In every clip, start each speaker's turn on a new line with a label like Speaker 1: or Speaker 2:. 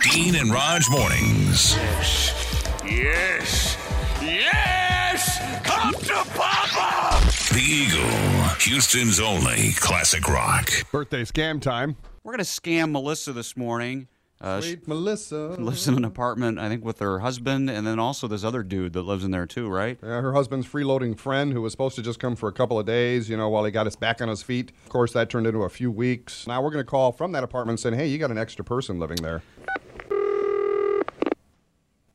Speaker 1: Dean and Raj mornings.
Speaker 2: Yes. Yes. Come to Papa.
Speaker 1: The Eagle, Houston's only classic rock.
Speaker 3: Birthday scam time.
Speaker 2: We're gonna scam Melissa this morning. Uh, she
Speaker 3: Sweet Melissa.
Speaker 2: lives in an apartment, I think, with her husband, and then also this other dude that lives in there too, right?
Speaker 3: Yeah, her husband's freeloading friend who was supposed to just come for a couple of days, you know, while he got us back on his feet. Of course, that turned into a few weeks. Now we're going to call from that apartment saying, hey, you got an extra person living there.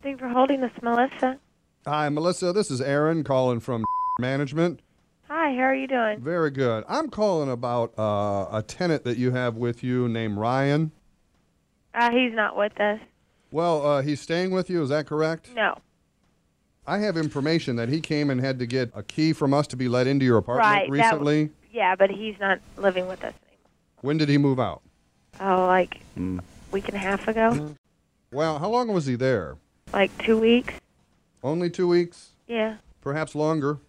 Speaker 4: Thank you for holding this, Melissa.
Speaker 3: Hi, Melissa. This is Aaron calling from management.
Speaker 4: Hi, how are you doing?
Speaker 3: Very good. I'm calling about uh, a tenant that you have with you named Ryan.
Speaker 4: Uh, he's not with us.
Speaker 3: Well, uh, he's staying with you. Is that correct?
Speaker 4: No.
Speaker 3: I have information that he came and had to get a key from us to be let into your apartment
Speaker 4: right. that w-
Speaker 3: recently.
Speaker 4: yeah, but he's not living with us
Speaker 3: When did he move out?
Speaker 4: anymore. Oh, like a week and a half ago?
Speaker 3: Well, how long was he there?
Speaker 4: like two weeks?
Speaker 3: Only two weeks,
Speaker 4: Yeah.
Speaker 3: perhaps longer.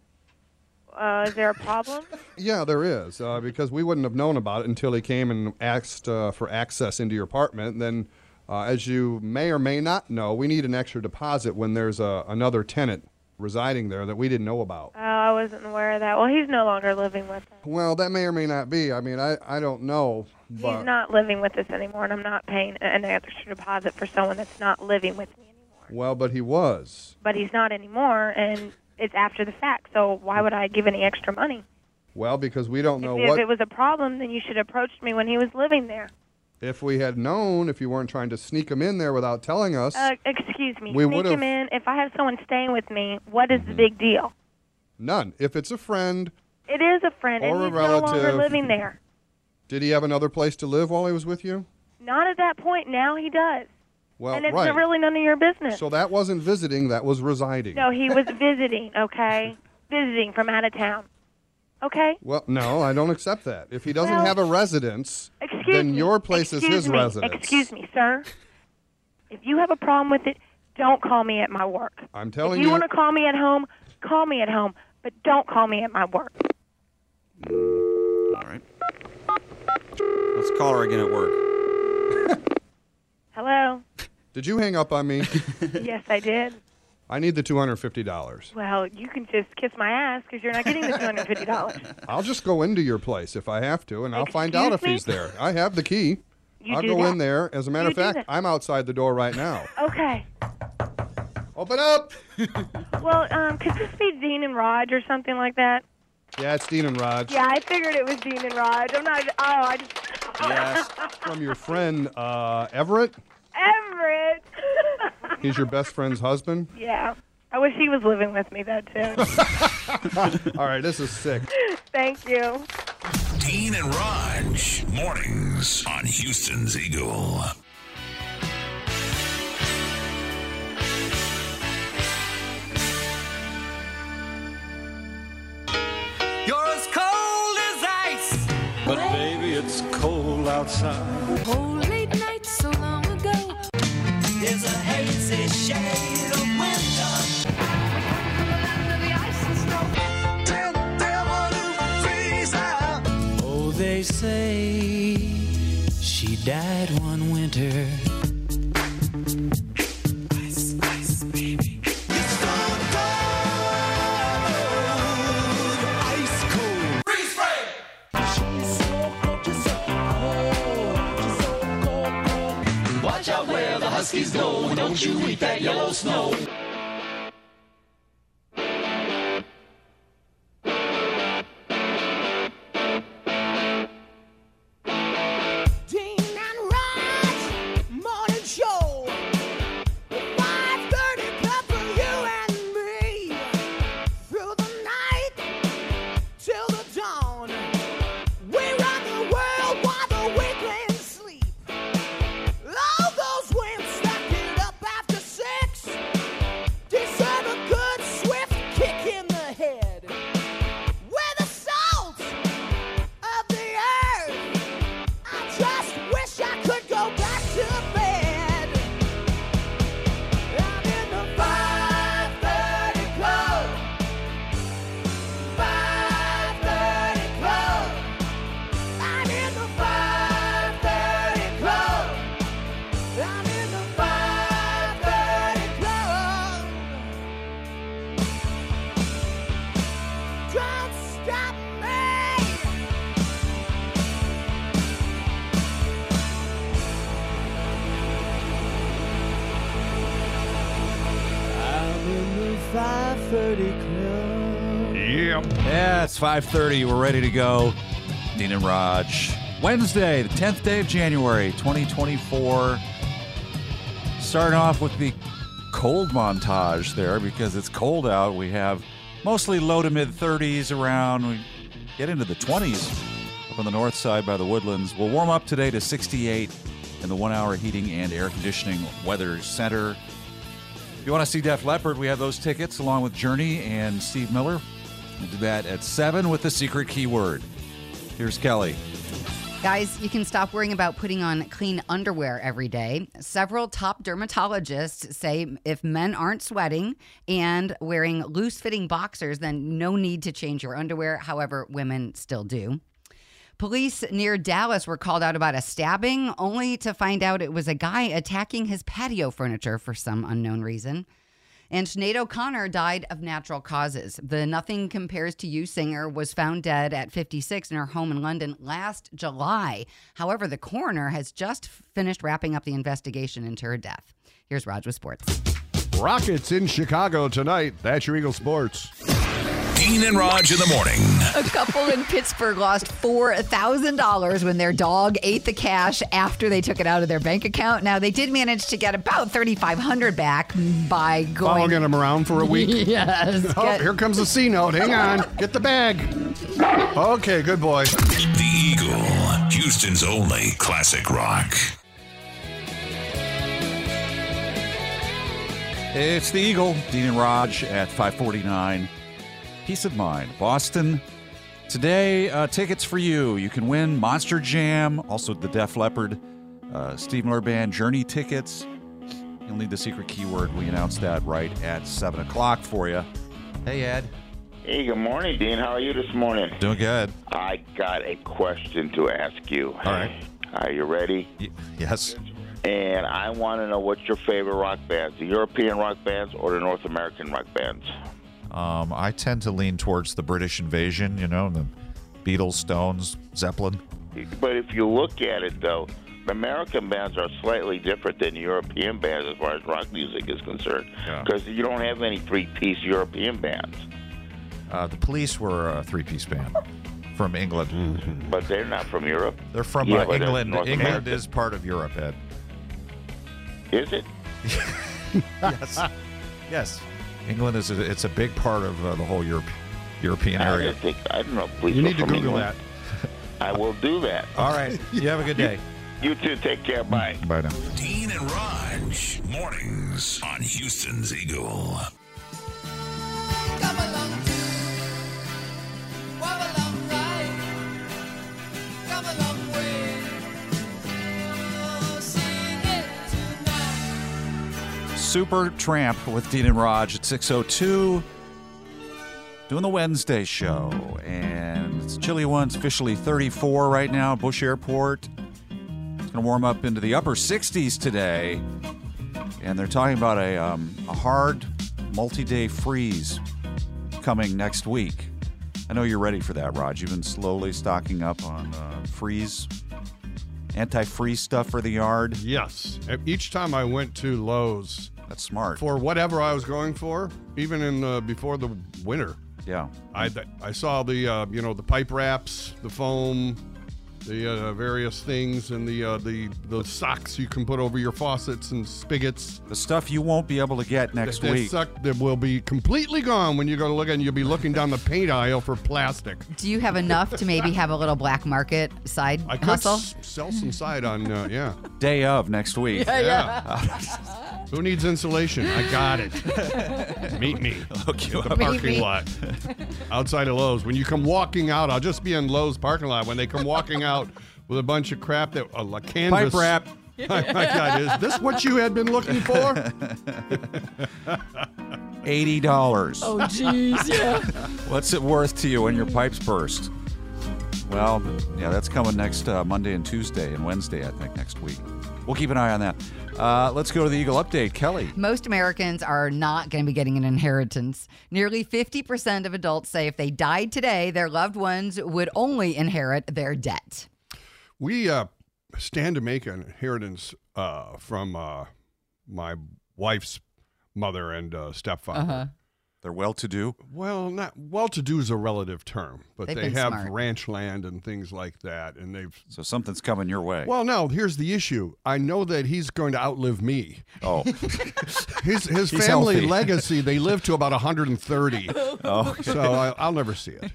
Speaker 4: Uh, is there a problem?
Speaker 3: Yeah, there is, uh, because we wouldn't have known about it until he came and asked uh, for access into your apartment. And then, uh, as you may or may not know, we need an extra deposit when there's a, another tenant residing there that we didn't know about.
Speaker 4: oh, I wasn't aware of that. Well, he's no longer living with us.
Speaker 3: Well, that may or may not be. I mean, I, I don't know. But
Speaker 4: he's not living with us anymore, and I'm not paying an extra deposit for someone that's not living with me anymore.
Speaker 3: Well, but he was.
Speaker 4: But he's not anymore, and it's after the fact, so why would I give any extra money?
Speaker 3: Well, because we don't know
Speaker 4: if,
Speaker 3: what.
Speaker 4: if it was a problem, then you should have approached me when he was living there.
Speaker 3: if we had known, if you weren't trying to sneak him in there without telling us.
Speaker 4: Uh, excuse me.
Speaker 3: We
Speaker 4: Sneak
Speaker 3: would've-
Speaker 4: him in. If I have someone staying with me, what is the big deal?
Speaker 3: None. If it's a friend,
Speaker 4: It is a friend, and
Speaker 3: Or a
Speaker 4: he's no longer
Speaker 3: relative.
Speaker 4: living there.
Speaker 3: did he have another place to live while he was with you?
Speaker 4: Not at that point. Now he does,
Speaker 3: Well,
Speaker 4: and it's
Speaker 3: Oh, right.
Speaker 4: really none of your business.
Speaker 3: so that wasn't visiting, that was residing.
Speaker 4: no, he was visiting. Okay, visiting from out of town. Okay.
Speaker 3: Well, no, I don't accept that. If he doesn't
Speaker 4: Well-
Speaker 3: have a residence,
Speaker 4: Excuse me.
Speaker 3: then your place
Speaker 4: Excuse
Speaker 3: is his
Speaker 4: me.
Speaker 3: residence.
Speaker 4: Excuse me, sir. If you have a problem with it, don't call me at my work.
Speaker 3: I'm telling
Speaker 4: if you
Speaker 3: you-
Speaker 4: want to call me at home, call me at home, but don't call me at my work.
Speaker 2: All right. Let's call her again at work.
Speaker 4: Hello.
Speaker 3: Did you hang up on me?
Speaker 4: yes, I did.
Speaker 3: I need the $250.
Speaker 4: Well, you can just kiss my ass because you're not getting the two hundred fifty dollars.
Speaker 3: I'll just go into your place if I have to, and I'll find out
Speaker 4: Excuse
Speaker 3: if
Speaker 4: me?
Speaker 3: he's there. I have the key.
Speaker 4: You
Speaker 3: I'll
Speaker 4: do
Speaker 3: go
Speaker 4: that.
Speaker 3: in there. As a matter
Speaker 4: You
Speaker 3: of
Speaker 4: do
Speaker 3: fact,
Speaker 4: that.
Speaker 3: I'm outside the door right now.
Speaker 4: Okay.
Speaker 3: Open up!
Speaker 4: Well, um, could this be Dean and Raj or something like that?
Speaker 3: Yeah, it's Dean and Raj
Speaker 4: Yeah, I figured it was Dean and Raj. I'm not. Oh, I just.
Speaker 2: Yes.
Speaker 3: from your friend uh, Everett.
Speaker 4: Everett.
Speaker 3: He's your best friend's husband.
Speaker 4: yeah. I wish he was living with me though too.
Speaker 3: All right, this is sick.
Speaker 4: Thank you.
Speaker 1: Dean and Raj mornings on Houston's Eagle.
Speaker 5: You're as cold as ice.
Speaker 6: But baby, it's cold outside.
Speaker 7: Oh, late night so long ago.
Speaker 5: There's a hazy shade of winter. Tell devil to freeze out. Oh, they say she died one winter. Ice, ice, baby. It's gone cold. Ice cold. Freeze frame. She's so cold, she's so cold. She's so cold, cold. Watch out where the Huskies go. Don't you eat that yellow snow.
Speaker 8: Dean and Raj morning show. 5:30 club for you and me. Through the night till the dawn, we ride.
Speaker 9: Mighty Club.
Speaker 2: Yeah, it's 5.30. We're ready to go. Dean and Raj. Wednesday, the 10th day of January, 2024. Starting off with the cold montage there because it's cold out. We have mostly low to mid 30s around. We get into the 20s up on the north side by the woodlands. We'll warm up today to 68 in the one hour heating and air conditioning weather center. If you want to see Def Leppard, we have those tickets along with Journey and Steve Miller. We'll do that at 7 with the secret keyword. Here's Kelly.
Speaker 8: Guys, you can stop worrying about putting on clean underwear every day. Several top dermatologists say if men aren't sweating and wearing loose fitting boxers, then no need to change your underwear. However, women still do. Police near Dallas were called out about a stabbing, only to find out it was a guy attacking his patio furniture for some unknown reason. And Sinead O'Connor died of natural causes. The Nothing Compares to You singer was found dead at 56 in her home in London last July. However, the coroner has just finished wrapping up the investigation into her death. Here's Raj with sports.
Speaker 10: Rockets in Chicago tonight. That's your Eagle Sports.
Speaker 1: Dean and Raj in the morning.
Speaker 8: A couple in Pittsburgh lost $4,000 when their dog ate the cash after they took it out of their bank account. Now, they did manage to get about 3500 back by going.
Speaker 3: Following him around for a week.
Speaker 8: Yes.
Speaker 3: Oh,
Speaker 8: Get-
Speaker 3: here comes the C note. Hang on. Get the bag. Okay, good boy.
Speaker 1: The Eagle, Houston's only classic rock.
Speaker 2: It's the Eagle, Dean and Raj at 549. Peace of mind, Boston. Today, uh, tickets for you. You can win Monster Jam, also the Def Leppard, uh, Steve Miller Band Journey tickets. You'll need the secret keyword. We announce that right at 7 o'clock for you. Hey, Ed.
Speaker 11: Hey, good morning, Dean. How are you this morning?
Speaker 2: Doing good.
Speaker 11: I got a question to ask you. All right. Are you ready?
Speaker 2: yes.
Speaker 11: And I want to know what's your favorite rock bands, the European rock bands or the North American rock bands?
Speaker 2: Um, I tend to lean towards the British invasion, you know, the Beatles, Stones, Zeppelin.
Speaker 11: But if you look at it, though, the American bands are slightly different than European bands as far as rock music is concerned because you don't have any three-piece European bands,
Speaker 2: Uh, the police were a three piece band from England.
Speaker 11: but they're not from Europe.
Speaker 2: They're from
Speaker 11: Yeah,
Speaker 2: uh,
Speaker 11: but they're
Speaker 2: England.
Speaker 11: North
Speaker 2: England
Speaker 11: American.
Speaker 2: is part of Europe, Ed.
Speaker 11: Is it?
Speaker 2: yes. Yes. England is a, it's a big part of uh, the whole Europe, European
Speaker 11: I
Speaker 2: area.
Speaker 11: don't think I don't know. if Police
Speaker 2: You
Speaker 11: were
Speaker 2: need to
Speaker 11: from
Speaker 2: Google
Speaker 11: England. I will do that.
Speaker 2: All right. You have a good day.
Speaker 11: You, you too. Take care. Bye.
Speaker 2: Bye now.
Speaker 1: Dean and Raj, mornings on Houston's Eagle.
Speaker 5: Oh,
Speaker 2: Super Tramp with Dean and Raj at 602. Doing the Wednesday show. And it's a chilly one. It's officially 34 right now, Bush Airport. It's going to warm up into the upper 60s today. And they're talking about a, um, a hard multi day freeze coming next week. I know you're ready for that, Raj. You've been slowly stocking up on uh, freeze, anti freeze stuff for the yard.
Speaker 3: Yes. Each time I went to Lowe's,
Speaker 2: that's smart.
Speaker 3: For whatever I was going for, even in the before the winter.
Speaker 2: Yeah.
Speaker 3: I I saw the uh, you know the pipe wraps, the foam, the uh, various things, and the uh, the the socks you can put over your faucets and spigots.
Speaker 2: The stuff you won't be able to get next
Speaker 3: that, that
Speaker 2: week.
Speaker 3: Suck, that will be completely gone when you go to look, and you'll be looking down the paint aisle for plastic.
Speaker 8: Do you have enough to maybe have a little black market side
Speaker 3: I could
Speaker 8: hustle?
Speaker 3: s- sell some side on uh, yeah.
Speaker 2: Day of next week.
Speaker 8: Yeah,
Speaker 3: Who needs insulation? I got it. Meet me.
Speaker 2: Look you
Speaker 3: at the
Speaker 2: up. Meet me.
Speaker 3: parking lot outside of Lowe's. When you come walking out, I'll just be in Lowe's parking lot. When they come walking out with a bunch of crap that a la- canvas
Speaker 2: wrap.
Speaker 3: Oh my God, is this what you had been looking for?
Speaker 2: Eighty dollars.
Speaker 5: Oh, jeez, yeah.
Speaker 2: What's it worth to you when your pipes burst? Well, yeah, that's coming next uh, Monday and Tuesday and Wednesday, I think, next week. We'll keep an eye on that. Uh, let's go to the Eagle update, Kelly.
Speaker 8: Most Americans are not going to be getting an inheritance. Nearly 50% of adults say if they died today, their loved ones would only inherit their debt.
Speaker 3: We uh, stand to make an inheritance uh, from uh, my wife's mother and uh, stepfather.
Speaker 8: Uh-huh.
Speaker 2: They're well-to-do.
Speaker 3: Well, not well-to-do is a relative term, but
Speaker 2: They've
Speaker 3: they
Speaker 2: been
Speaker 3: have
Speaker 2: smart.
Speaker 3: ranch land and things like that, and they've.
Speaker 2: So something's coming your way.
Speaker 3: Well, now here's the issue. I know that he's going to outlive me.
Speaker 2: Oh,
Speaker 3: his
Speaker 2: He's
Speaker 3: his family
Speaker 2: healthy.
Speaker 3: legacy. They live to about 130.
Speaker 2: Oh.
Speaker 3: so I, I'll never see it.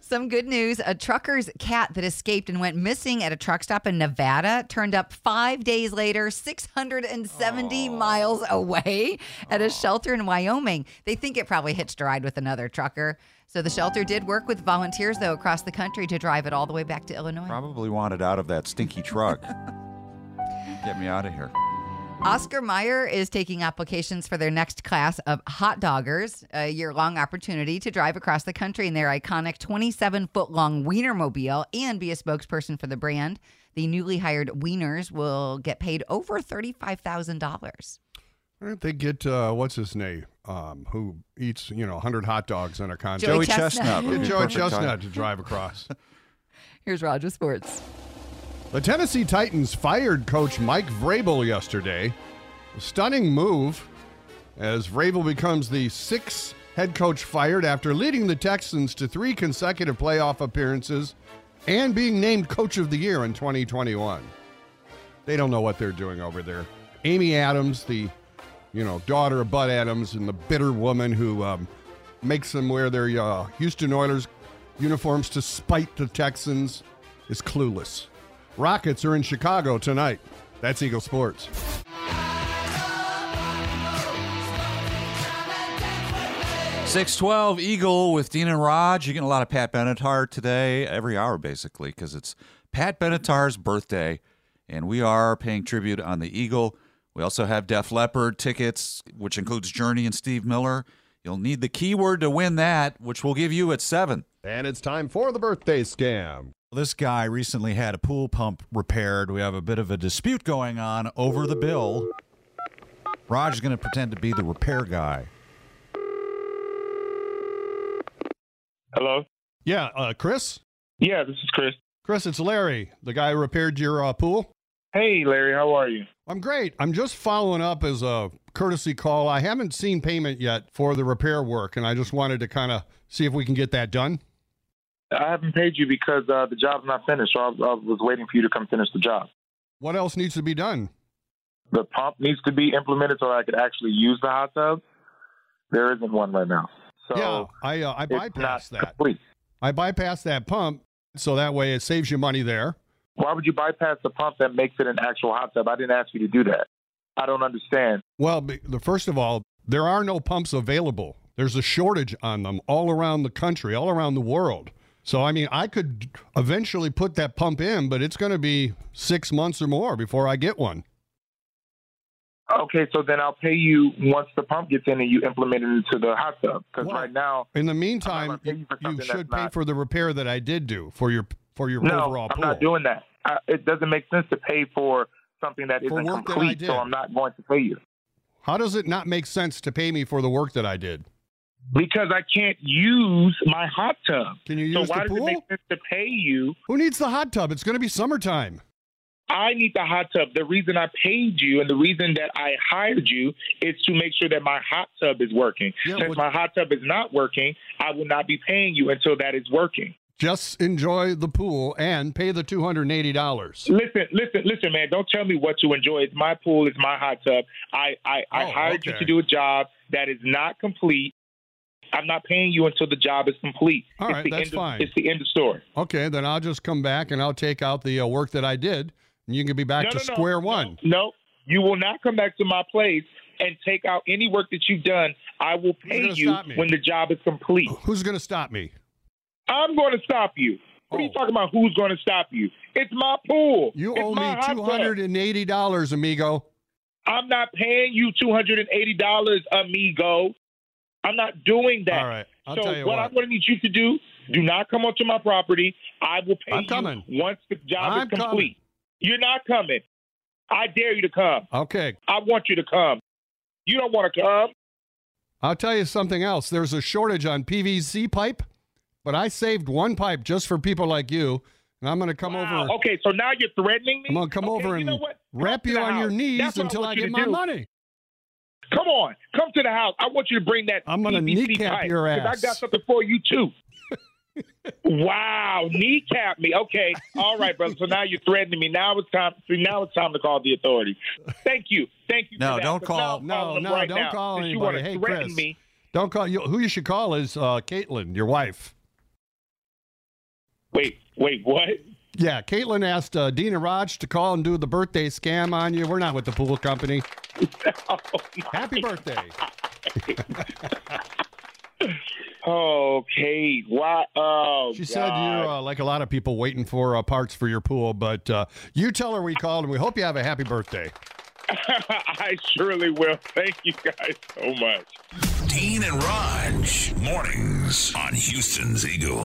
Speaker 8: Some good news a trucker's cat that escaped and went missing at a truck stop in Nevada turned up five days later, 670 miles away at a shelter in Wyoming. They think it probably hitched a ride with another trucker. So the shelter did work with volunteers, though, across the country to drive it all the way back to Illinois.
Speaker 2: Probably wanted out of that stinky truck. Get me out of here.
Speaker 8: Oscar Mayer is taking applications for their next class of hot doggers, a year long opportunity to drive across the country in their iconic 27 foot long Wienermobile and be a spokesperson for the brand. The newly hired Wieners will get paid over $35,000.
Speaker 3: Why don't they get uh, what's his name? Um, who eats you know 100 hot dogs in a contest?
Speaker 8: Joey Joey Chestnut. Chestnut would
Speaker 3: Get
Speaker 8: be
Speaker 3: Joey
Speaker 8: perfect time.
Speaker 3: Chestnut to drive across.
Speaker 8: Here's Roger Sports.
Speaker 3: The Tennessee Titans fired coach Mike Vrabel yesterday. A stunning move as Vrabel becomes the sixth head coach fired after leading the Texans to three consecutive playoff appearances and being named coach of the year in 2021. They don't know what they're doing over there. Amy Adams, the you know daughter of Bud Adams and the bitter woman who um, makes them wear their uh, Houston Oilers uniforms to spite the Texans, is clueless. Rockets are in Chicago tonight. That's Eagle Sports.
Speaker 2: Six twelve Eagle with Dean and Raj. You're getting a lot of Pat Benatar today, every hour basically, because it's Pat Benatar's birthday, and we are paying tribute on the Eagle. We also have Def Leppard tickets, which includes Journey and Steve Miller. You'll need the keyword to win that, which we'll give you at seven.
Speaker 3: And it's time for the birthday scam.
Speaker 2: This guy recently had a pool pump repaired. We have a bit of a dispute going on over the bill. Raj is going to pretend to be the repair guy.
Speaker 12: Hello.
Speaker 3: Yeah, uh, Chris.
Speaker 12: Yeah, this is Chris.
Speaker 3: Chris, it's Larry, the guy who repaired your uh, pool.
Speaker 12: Hey, Larry, how are you?
Speaker 3: I'm great. I'm just following up as a courtesy call. I haven't seen payment yet for the repair work, and I just wanted to kind of see if we can get that done.
Speaker 12: I haven't paid you because uh, the job's not finished, so I, I was waiting for you to come finish the job.
Speaker 3: What else needs to be done?
Speaker 12: The pump needs to be implemented so I could actually use the hot tub. There isn't one right now. So
Speaker 3: yeah, I uh, I
Speaker 12: it's not
Speaker 3: bypassed that.
Speaker 12: complete.
Speaker 3: I bypassed that pump, so that way it saves you money there.
Speaker 12: Why would you bypass the pump that makes it an actual hot tub? I didn't ask you to do that. I don't understand.
Speaker 3: Well, be- the first of all, there are no pumps available. There's a shortage on them all around the country, all around the world. So I mean, I could eventually put that pump in, but it's going to be six months or more before I get one.
Speaker 12: Okay, so then I'll pay you once the pump gets in and you implement it into the hot tub. Because right now,
Speaker 3: In the meantime, you, you
Speaker 12: that's
Speaker 3: should pay
Speaker 12: not-
Speaker 3: for the repair that I did do for your for your
Speaker 12: no,
Speaker 3: overall
Speaker 12: I'm
Speaker 3: pool.
Speaker 12: not doing that. I, it doesn't make sense to pay for something that
Speaker 3: For
Speaker 12: isn't
Speaker 3: work that I
Speaker 12: complete,
Speaker 3: did.
Speaker 12: so I'm not going to pay you
Speaker 3: How does it not make sense to pay me for the work that I did?
Speaker 12: because I can't use my hot tub.
Speaker 3: Can you
Speaker 12: so
Speaker 3: use
Speaker 12: why
Speaker 3: the
Speaker 12: does
Speaker 3: pool?
Speaker 12: it make sense to pay you?
Speaker 3: Who needs the hot tub? It's going to be summertime.
Speaker 12: I need the hot tub. The reason I paid you and the reason that I hired you is to make sure that my hot tub is working. Since my hot tub is not working, I will not be paying you until that is working.
Speaker 3: Just enjoy the pool and pay the two hundred and eighty dollars.
Speaker 12: Listen, listen, listen, man. Don't tell me what to enjoy. It's my pool. It's my hot tub. I, I, I
Speaker 3: Oh,
Speaker 12: hired you
Speaker 3: okay.
Speaker 12: to do a job that is not complete. I'm not paying you until the job is complete.
Speaker 3: All right,
Speaker 12: it's the
Speaker 3: that's
Speaker 12: end of,
Speaker 3: fine.
Speaker 12: It's the end of story.
Speaker 3: Okay, then I'll just come back and I'll take out the uh, work that I did, and you can be back
Speaker 12: No,
Speaker 3: to
Speaker 12: no, no,
Speaker 3: square one.
Speaker 12: No, you will not come back to my place and take out any work that you've done. I will pay
Speaker 3: gonna
Speaker 12: you
Speaker 3: stop me?
Speaker 12: when the job is complete.
Speaker 3: Who's going to stop me? Oh.
Speaker 12: I'm going to stop you. What are you talking about? Who's going to stop you? It's my pool.
Speaker 3: You
Speaker 12: It's
Speaker 3: owe
Speaker 12: my
Speaker 3: me
Speaker 12: hot tub.
Speaker 3: two hundred and eighty dollars, amigo.
Speaker 12: I'm not paying you two hundred and eighty dollars, amigo. I'm not doing that.
Speaker 3: All right, I'll
Speaker 12: so
Speaker 3: tell you
Speaker 12: what,
Speaker 3: what.
Speaker 12: I'm going to need you to do: do not come onto my property. I will pay
Speaker 3: I'm
Speaker 12: you
Speaker 3: coming.
Speaker 12: once the job
Speaker 3: I'm
Speaker 12: is complete.
Speaker 3: coming.
Speaker 12: You're not coming. I dare you to come.
Speaker 3: Okay,
Speaker 12: I want you to come. You don't want to come.
Speaker 3: I'll tell you something else. There's a shortage on PVC pipe, but I saved one pipe just for people like you, and I'm going to come over.
Speaker 12: Wow, Okay, so now you're threatening me.
Speaker 3: I'm going to come
Speaker 12: Okay,
Speaker 3: over and
Speaker 12: you know what?
Speaker 3: wrap
Speaker 12: Come
Speaker 3: you
Speaker 12: to the
Speaker 3: on your
Speaker 12: house.
Speaker 3: knees
Speaker 12: That's what
Speaker 3: until
Speaker 12: want
Speaker 3: I
Speaker 12: you
Speaker 3: get
Speaker 12: to
Speaker 3: my
Speaker 12: do.
Speaker 3: money.
Speaker 12: Come on, come to the house. I want you to bring that.
Speaker 3: I'm gonna
Speaker 12: BBC
Speaker 3: kneecap
Speaker 12: pipe,
Speaker 3: your
Speaker 12: 'cause
Speaker 3: ass.
Speaker 12: I got something for you too. wow, kneecap me. Okay, all right, brother. So now you're threatening me. Now it's time. See, now it's time to call the authorities. Thank you, thank you.
Speaker 2: No,
Speaker 12: for that,
Speaker 2: don't
Speaker 12: 'cause now
Speaker 2: call-
Speaker 12: I'm
Speaker 2: no,
Speaker 12: calling them
Speaker 2: no,
Speaker 12: right
Speaker 2: don't
Speaker 12: now,
Speaker 2: call
Speaker 12: since You
Speaker 2: anybody.
Speaker 12: want to
Speaker 2: Hey,
Speaker 12: threaten
Speaker 2: Chris.
Speaker 12: me?
Speaker 3: Don't call you. Who you should call is uh, Caitlin, your wife.
Speaker 12: Wait, wait, what?
Speaker 3: Yeah, Caitlin asked uh, Dina Raj to call and do the birthday scam on you. We're not with the pool company. Happy birthday.
Speaker 12: Oh, Kate, why? Oh,
Speaker 3: She said
Speaker 12: God.
Speaker 3: you're uh, like a lot of people waiting for uh, parts for your pool, but uh, you tell her we called and we hope you have a happy birthday.
Speaker 12: I surely will. Thank you guys so much.
Speaker 1: Dean and Raj, mornings on Houston's Eagle.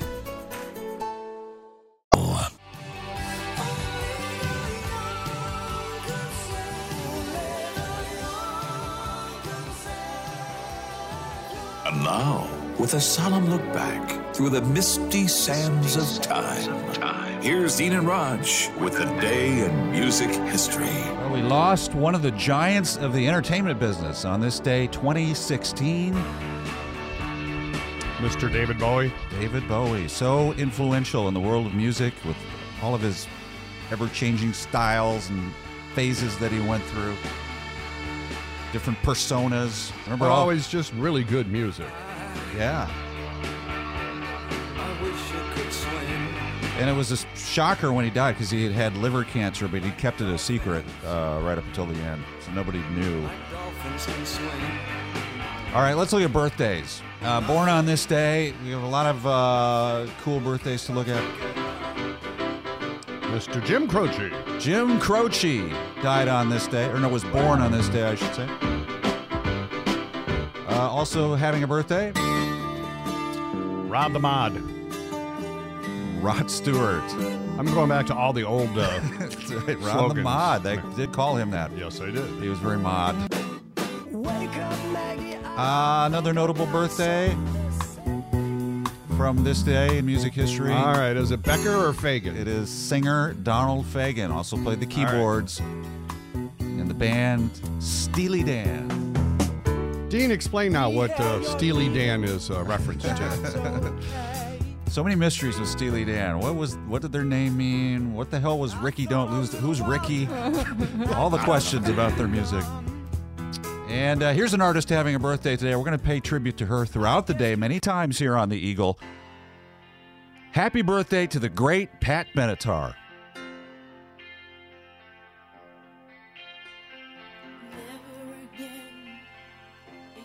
Speaker 1: And now, with a solemn look back through the misty sands of time, here's Dean and Raj with the day in music history.
Speaker 2: Well, we lost one of the giants of the entertainment business on this day, 2016.
Speaker 3: Mr. David Bowie.
Speaker 2: David Bowie, so influential in the world of music with all of his ever changing styles and phases that he went through, different personas. Remember,
Speaker 3: But
Speaker 2: all-
Speaker 3: always just really good music.
Speaker 2: Yeah. And it was a shocker when he died because he had had liver cancer, but he kept it a secret uh, right up until the end, so nobody knew. All right, let's look at birthdays. Uh, born on this day, we have a lot of uh, cool birthdays to look at.
Speaker 3: Mr. Jim Croce.
Speaker 2: Jim Croce died on this day, or no, was born on this day, I should say. Uh, also having a birthday,
Speaker 3: Rob the Mod.
Speaker 2: Rod Stewart.
Speaker 3: I'm going back to all the old. Uh,
Speaker 2: That's right, Ron the
Speaker 3: Slogans.
Speaker 2: Mod. They did call him that.
Speaker 3: Yes, I did.
Speaker 2: He was very mod. Uh, another notable birthday from this day in music history.
Speaker 3: all right, is it Becker or Fagan?
Speaker 2: It is singer Donald Fagen. Also played the
Speaker 3: right.
Speaker 2: keyboards in the band Steely Dan.
Speaker 3: Dean, explain now what uh, Steely Dan is uh, referenced to.
Speaker 2: So many mysteries with Steely Dan. What was what did their name mean? What the hell was Ricky Don't Lose? Who's Ricky? All the questions about their music. And uh, here's an artist having a birthday today. We're going to pay tribute to her throughout the day many times here on the Eagle. Happy birthday to the great Pat Benatar.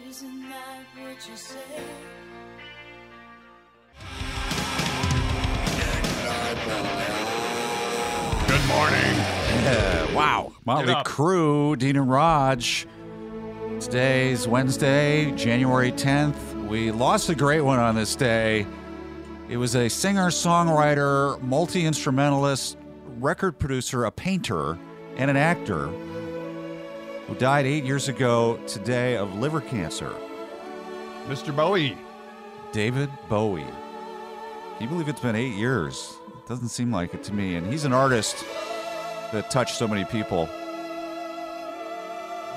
Speaker 7: Isn't that what you say?
Speaker 2: Good morning. wow. Motley
Speaker 3: Get up.
Speaker 2: Crue, Dean and Raj. Today's Wednesday, January 10th. We lost a great one on this day. It was a singer, songwriter, multi instrumentalist, record producer, a painter, and an actor who died eight years ago today of liver cancer.
Speaker 3: Mr. Bowie.
Speaker 2: David Bowie. Can you believe it's been eight years? It doesn't seem like it to me. And he's an artist that touched so many people.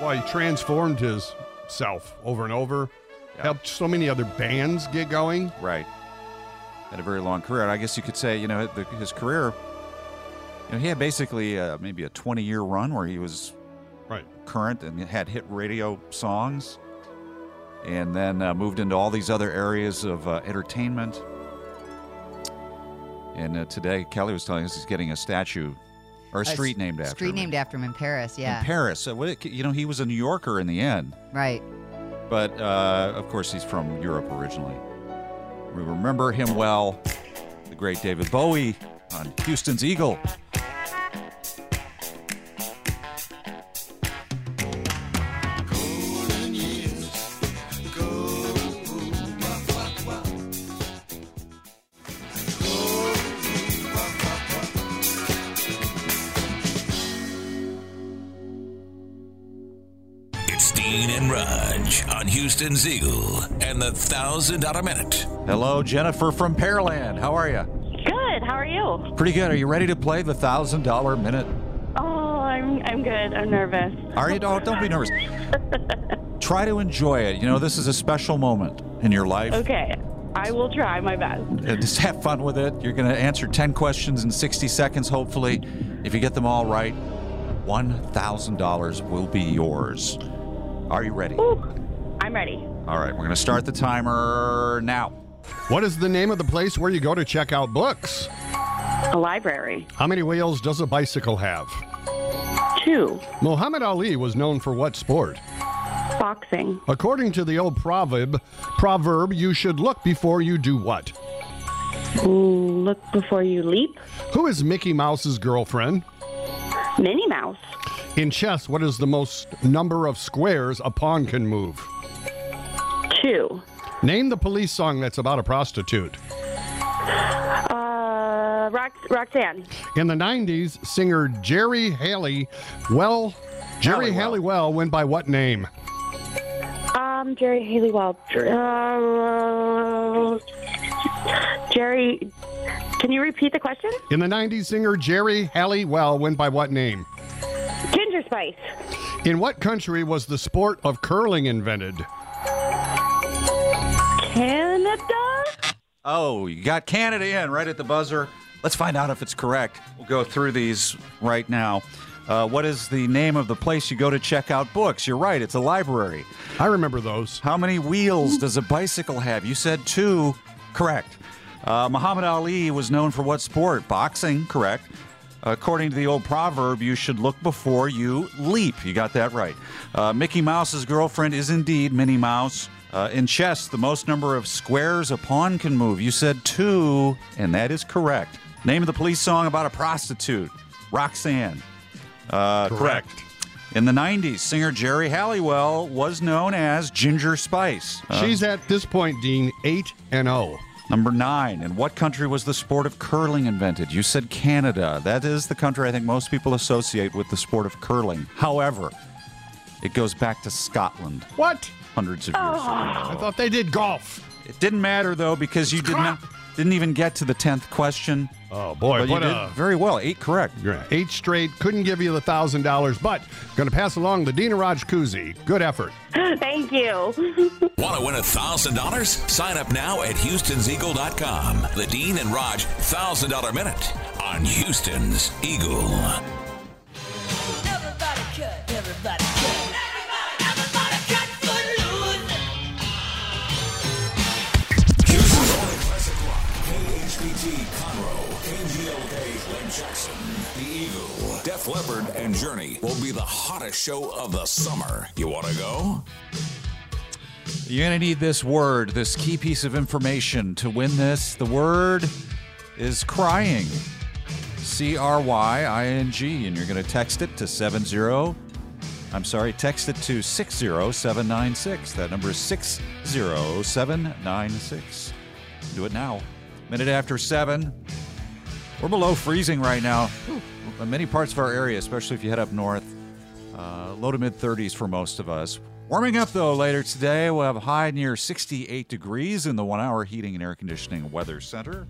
Speaker 3: Well, he transformed his self over and over. Helped so many other bands get going.
Speaker 2: Right. Had a very long career. And I guess you could say, you know, the, his career, you know, he had basically uh, maybe a 20 year run where he was
Speaker 3: right
Speaker 2: current and had hit radio songs and then uh, moved into all these other areas of uh, entertainment. And uh, today, Kelly was telling us he's getting a statue or a
Speaker 8: Uh,
Speaker 2: street named after
Speaker 8: Street
Speaker 2: him.
Speaker 8: named after him in Paris. Yeah.
Speaker 2: In Paris. So, what it- you know, he was a New Yorker in the end.
Speaker 8: right.
Speaker 2: But uh, of course, he's from Europe originally. We remember him well, the great David Bowie on Houston's Eagle.
Speaker 1: Dean and Raj on Houston's Eagle and the Thousand Dollar Minute.
Speaker 2: Hello, Jennifer from Pearland. How are you?
Speaker 13: Good. How are you?
Speaker 2: Pretty good. Are you ready to play the thousand dollar minute?
Speaker 13: Oh, I'm I'm good. I'm nervous.
Speaker 2: Are you? Don't, don't be nervous. Try to enjoy it. You know, this is a special moment in your life.
Speaker 13: Okay. I will try my best.
Speaker 2: Uh, Just have fun with it. You're going to answer 10 questions in 60 seconds, hopefully. If you get them all right, $1,000 will be yours. Are you ready?
Speaker 13: I'm ready.
Speaker 2: All right, we're going to start the timer now.
Speaker 3: What is the name of the place where you go to check out books?
Speaker 13: A library.
Speaker 3: How many wheels does a bicycle have?
Speaker 13: Two.
Speaker 3: Muhammad Ali was known for what sport?
Speaker 13: Boxing.
Speaker 3: According to the old proverb, proverb, you should look before you do what?
Speaker 13: Mm, Look before you leap.
Speaker 3: Who is Mickey Mouse's girlfriend?
Speaker 13: Minnie Mouse.
Speaker 3: In chess, what is the most number of squares a pawn can move?
Speaker 13: Two.
Speaker 3: Name the police song that's about a prostitute.
Speaker 13: Uh, Rox- Roxanne.
Speaker 3: In the 90s, singer Jerry Haley, well, Jerry Haley Well went by what name?
Speaker 13: Um, Jerry Haley Wild. Uh, Jerry, can you repeat the question?
Speaker 3: In the 90s, singer Jerry Haley Well went by what name?
Speaker 13: Ginger Spice.
Speaker 3: In what country was the sport of curling invented?
Speaker 13: Canada?
Speaker 2: Oh, you got Canada in right at the buzzer. Let's find out if it's correct. We'll go through these right now. Uh, what is the name of the place you go to check out books? You're right, it's a library.
Speaker 3: I remember those.
Speaker 2: How many wheels does a bicycle have? You said two. Correct. Uh, Muhammad Ali was known for what sport? Boxing. Correct. According to the old proverb, you should look before you leap. You got that right. Uh, Mickey Mouse's girlfriend is indeed Minnie Mouse. Uh, in chess, the most number of squares a pawn can move. You said two, and that is correct. Name of the police song about a prostitute Roxanne. Uh, correct. In the 90s, singer Jerry Halliwell was known as Ginger Spice. Uh,
Speaker 3: She's at this point, Dean, 8 and oh. 0.
Speaker 2: Number nine. In what country was the sport of curling invented? You said Canada. That is the country I think most people associate with the sport of curling. However, it goes back to Scotland.
Speaker 3: What?
Speaker 2: Hundreds of years.
Speaker 3: Oh. I thought they did golf.
Speaker 2: It didn't matter though because you did not didn't even get to the tenth question.
Speaker 3: Oh boy,
Speaker 2: but
Speaker 3: what
Speaker 2: you
Speaker 3: a-
Speaker 2: did very well. Eight correct.
Speaker 3: Eight straight, couldn't give you the thousand dollars, but gonna pass along the Dina Raj koozie. Good effort.
Speaker 13: Thank you.
Speaker 1: Want to win $1,000? Sign up now at Houston'sEagle.com. The Dean and Raj $1,000 Minute on Houston's Eagle.
Speaker 5: Everybody cut, everybody cut. Everybody cut for losing.
Speaker 1: Houston's only classic rock. KHBT, Conroe, KGOK, Lake Jackson, The Eagle, Def Leppard, and Journey will be the hottest show of the summer. You want to go?
Speaker 2: You're going to need this word, this key piece of information to win this. The word is crying. C R Y I N G. And you're going to text it to 70. I'm sorry, text it to 60796. That number is 60796. Do it now. Minute after seven. We're below freezing right now. In many parts of our area, especially if you head up north, uh, low to mid 30s for most of us. Warming up though later today, we'll have a high near 68 degrees in the one hour heating and air conditioning weather center.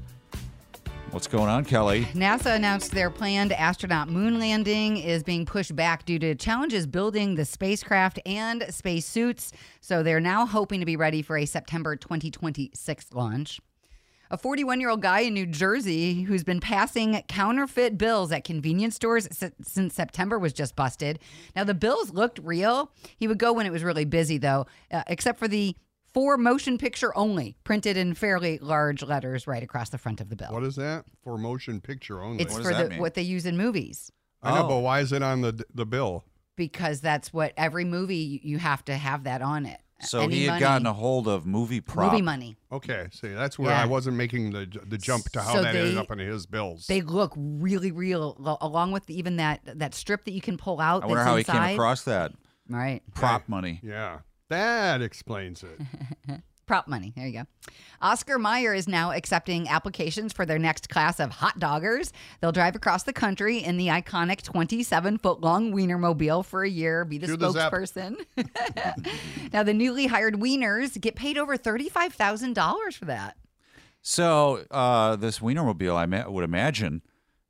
Speaker 2: What's going on, Kelly?
Speaker 8: NASA announced their planned astronaut moon landing is being pushed back due to challenges building the spacecraft and spacesuits. So they're now hoping to be ready for a September 2026 launch. A 41 year old guy in New Jersey who's been passing counterfeit bills at convenience stores si- since September was just busted. Now, the bills looked real. He would go when it was really busy, though, uh, except for the for motion picture only, printed in fairly large letters right across the front of the bill.
Speaker 3: What is that? For motion picture only.
Speaker 8: It's for the, oh. what they use in movies
Speaker 3: I know, but why is it on the the bill?
Speaker 8: because that's what every movie you- you have to have that on it.
Speaker 2: So
Speaker 8: Any
Speaker 2: he had
Speaker 8: money-
Speaker 2: gotten a hold of movie prop.
Speaker 8: movie money.
Speaker 3: Okay, see, that's where
Speaker 8: Yeah.
Speaker 3: I wasn't making the the jump to how
Speaker 8: So
Speaker 3: that ended
Speaker 8: they-
Speaker 3: up in his bills.
Speaker 8: They look really real, lo- along with even that that strip that you can pull out.
Speaker 2: I wonder
Speaker 8: that's
Speaker 2: how
Speaker 8: inside.
Speaker 2: he came across that.
Speaker 8: Right.
Speaker 2: Prop money.
Speaker 3: yeah, that explains it.
Speaker 8: prop money. There you go. Oscar Mayer is now accepting applications for their next class of hot doggers. They'll drive across the country in the iconic 27 foot long Wienermobile for a year, be the
Speaker 3: Cue the zap.
Speaker 8: spokesperson. now, the newly hired Wieners get paid over $35,000 for that.
Speaker 2: So uh, this Wienermobile, I ma- would imagine,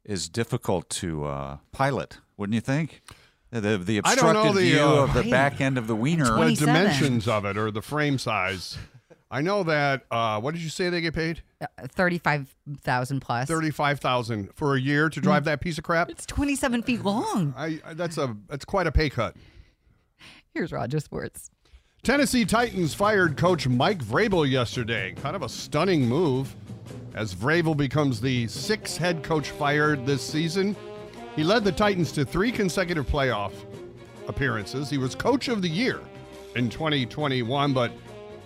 Speaker 2: is difficult to uh, pilot, wouldn't you think? The, the
Speaker 3: I don't
Speaker 2: obstructed
Speaker 3: know the,
Speaker 2: view
Speaker 3: uh,
Speaker 2: of the back end of the wiener.
Speaker 3: the dimensions of it or the frame size. I know that. Uh, what did you say they get paid?
Speaker 8: Uh, Thirty-five thousand plus. Mm.
Speaker 3: Thirty-five thousand for a year to drive that piece of crap. It's
Speaker 8: twenty-seven feet long.
Speaker 3: I, I- that's a that's quite a pay cut.
Speaker 8: Here's Roger Sports.
Speaker 3: Tennessee Titans fired coach Mike Vrabel yesterday. Kind of a stunning move, as Vrabel becomes the sixth head coach fired this season. He led the Titans to three consecutive playoff appearances. He was coach of the year in 2021, but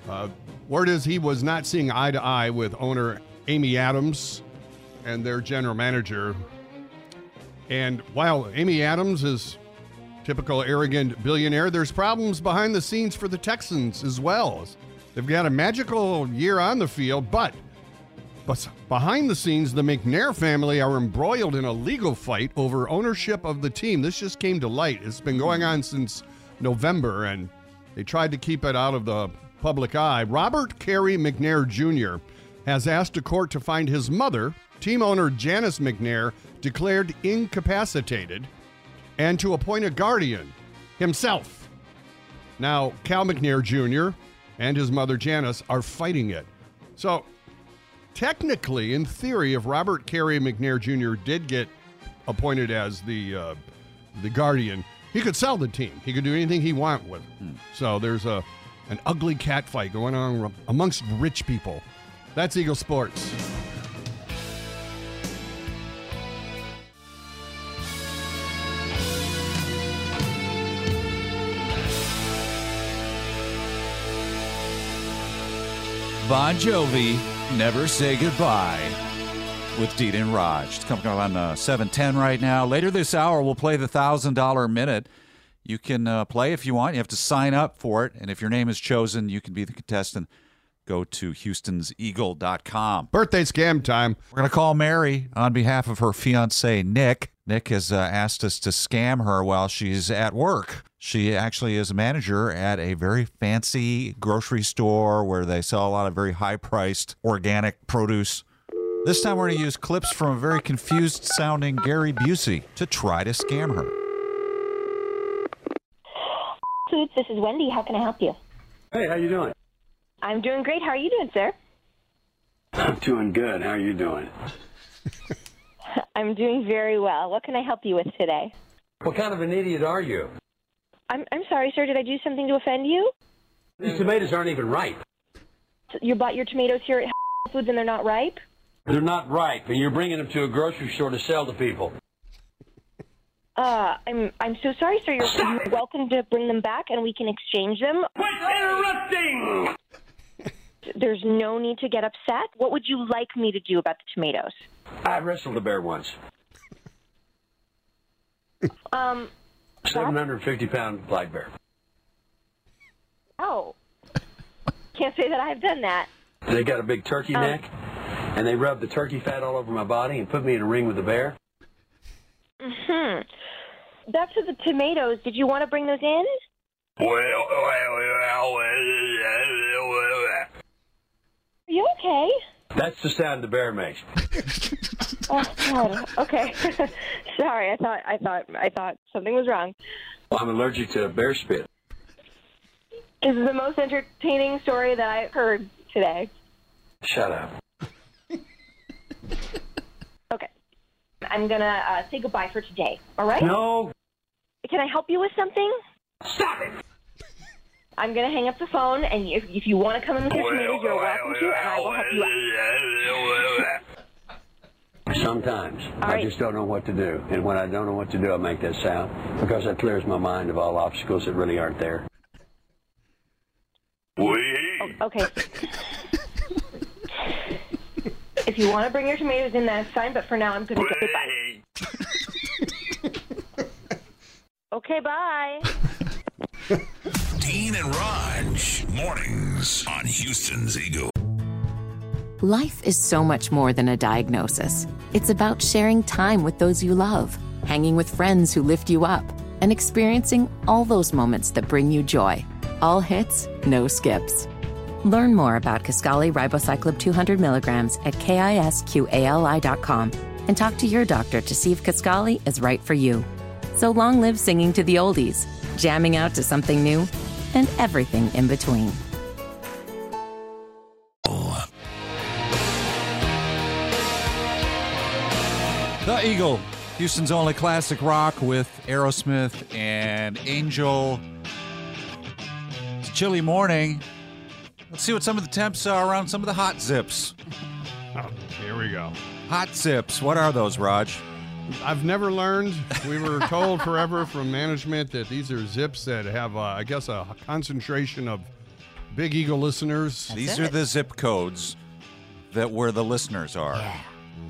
Speaker 3: uh, word is he was not seeing eye to eye with owner Amy Adams and their general manager. And while Amy Adams is typical arrogant billionaire, there's problems behind the scenes for the Texans as well. They've got a magical year on the field, but but behind the scenes, the McNair family are embroiled in a legal fight over ownership of the team. This just came to light. It's been going on since November, and they tried to keep it out of the public eye. Robert Carey McNair Jr. has asked a court to find his mother, team owner Janice McNair, declared incapacitated, and to appoint a guardian himself. Now, Cal McNair Jr. and his mother Janice are fighting it. So, technically, in theory, if Robert Carey McNair Jr. did get appointed as the uh, the guardian, he could sell the team. He could do anything he want with.
Speaker 2: Hmm.
Speaker 3: It. So there's a an ugly cat fight going on amongst rich people. That's Eagle Sports.
Speaker 2: Bon Jovi, Never Say Goodbye with Deed and Raj. It's coming up on uh, 710 right now. Later this hour, we'll play the $1,000 minute. You can uh, play if you want. You have to sign up for it. And if your name is chosen, you can be the contestant. Go to houstonseagle.com.
Speaker 3: Birthday scam time.
Speaker 2: We're going to call Mary on behalf of her fiance, Nick. Nick has uh, asked us to scam her while she's at work. She actually is a manager at a very fancy grocery store where they sell a lot of very high priced organic produce. This time we're going to use clips from a very confused sounding Gary Busey to try to scam her.
Speaker 14: Foods. This is Wendy. How can I help you?
Speaker 15: Hey, how you doing?
Speaker 14: I'm doing great. How are you doing, sir?
Speaker 15: I'm doing good. How are you doing?
Speaker 14: I'm doing very well. What can I help you with today?
Speaker 15: What kind of an idiot are you?
Speaker 14: I'm I'm sorry, sir. Did I do something to offend you?
Speaker 15: These tomatoes aren't even ripe.
Speaker 14: You bought your tomatoes here at Foods and they're not ripe.
Speaker 15: They're not ripe, and you're bringing them to a grocery store to sell to people.
Speaker 14: Uh, I'm I'm so sorry, sir. You're, you're welcome to bring them back and we can exchange them.
Speaker 15: Interrupting!
Speaker 14: There's no need to get upset. What would you like me to do about the tomatoes?
Speaker 15: I wrestled a bear once.
Speaker 14: Um,
Speaker 15: 750 pound black bear.
Speaker 14: oh, can't say that I've done that.
Speaker 15: They got a big
Speaker 14: Oh.
Speaker 15: turkey neck, and they rubbed the turkey fat all over my body and put me in a ring with the bear.
Speaker 14: Hmm. That's for the tomatoes. Did you want to bring those in? Are you okay?
Speaker 15: That's the sound the bear makes.
Speaker 14: Oh God. Okay. Sorry. I thought I thought I thought something was wrong.
Speaker 15: I'm allergic to bear spit.
Speaker 14: This is the most entertaining story that I've heard today.
Speaker 15: Shut up.
Speaker 14: Okay. I'm gonna uh, say goodbye for today. All right?
Speaker 15: No.
Speaker 14: Can I help you with something?
Speaker 15: Stop it.
Speaker 14: I'm gonna hang up the phone, and if, if you want to come in with your tomatoes, you're welcome to, and I will help you out.
Speaker 15: Sometimes
Speaker 14: All
Speaker 15: I
Speaker 14: right.
Speaker 15: just don't know what to do, and when I don't know what to do, I make that sound because that clears my mind of all obstacles that really aren't there.
Speaker 14: Oh, okay. if you want to bring your tomatoes in, that's fine. But for now, I'm gonna say goodbye. okay. Bye.
Speaker 1: Dean and Raj. Mornings on Houston's Eagle.
Speaker 16: Life is so much more than a diagnosis. It's about sharing time with those you love, hanging with friends who lift you up, and experiencing all those moments that bring you joy. All hits, no skips. Learn more about Kaskali Ribocyclob 200 milligrams at kisqali.com and talk to your doctor to see if Kaskali is right for you. So long live singing to the oldies, jamming out to something new, and everything in between.
Speaker 2: The Eagle, Houston's only classic rock with Aerosmith and Angel. It's a chilly morning. Let's see what some of the temps are around some of the hot zips.
Speaker 3: Oh, here we go.
Speaker 2: Hot zips. What are those, Raj?
Speaker 3: I've never learned. We were told forever from management that these are zips that have, uh, I guess, a concentration of Big Eagle listeners.
Speaker 2: These are the zip codes that where the listeners are.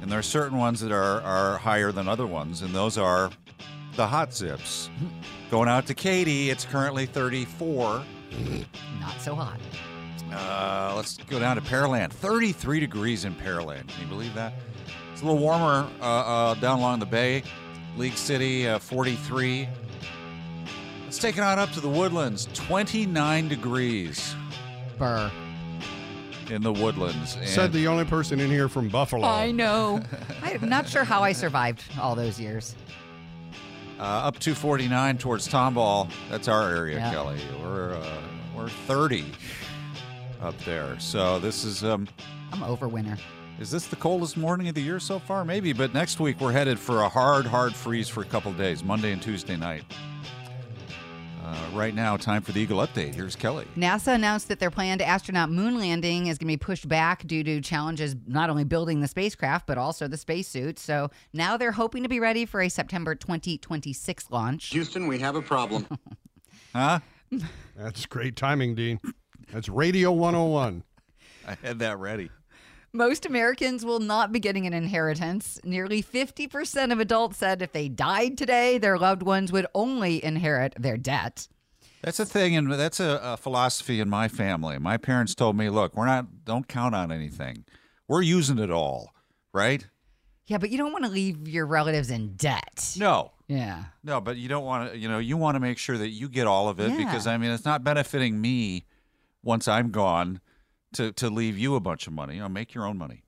Speaker 2: And there are certain ones that are, are higher than other ones, and those are the hot zips. Going out to Katie, it's currently 34.
Speaker 8: Not so hot.
Speaker 2: Uh, let's go down to Pearland. 33 degrees in Pearland. Can you believe that? It's a little warmer uh, uh, down along the bay. League City, uh, 43. Let's take it on up to the Woodlands. 29 degrees.
Speaker 8: Burr.
Speaker 2: In the Woodlands. And
Speaker 3: Said the only person in here from Buffalo.
Speaker 8: I know. I'm not sure how I survived all those years.
Speaker 2: uh, up to 49 towards Tomball. That's our area,
Speaker 8: Yeah.
Speaker 2: Kelly. We're, uh, we're 30 up there. So this is. Um,
Speaker 8: I'm over winter.
Speaker 2: Is this the coldest morning of the year so far? Maybe, but next week we're headed for a hard, hard freeze for a couple of days, Monday and Tuesday night. Uh, right now, time for the Eagle Update. Here's Kelly.
Speaker 8: NASA announced that their planned astronaut moon landing is going to be pushed back due to challenges not only building the spacecraft, but also the spacesuit. So now they're hoping to be ready for a September 2026 launch.
Speaker 17: Houston, we have a problem.
Speaker 2: Huh?
Speaker 3: That's great timing, Dean. That's Radio 101.
Speaker 2: I had that ready.
Speaker 8: Most Americans will not be getting an inheritance. Nearly 50% of adults said if they died today, their loved ones would only inherit their debt.
Speaker 2: That's a thing, and that's a, a philosophy in my family. My parents told me, "Look, we're not don't count on anything. We're using it all, right?
Speaker 8: Yeah, but you don't want to leave your relatives in debt.
Speaker 2: No,
Speaker 8: Yeah.
Speaker 2: no, but you don't want to. You know, you want to make sure that you get all of it
Speaker 8: Yeah.
Speaker 2: because I mean, it's not benefiting me once I'm gone to to leave you a bunch of money. You know, make your own money.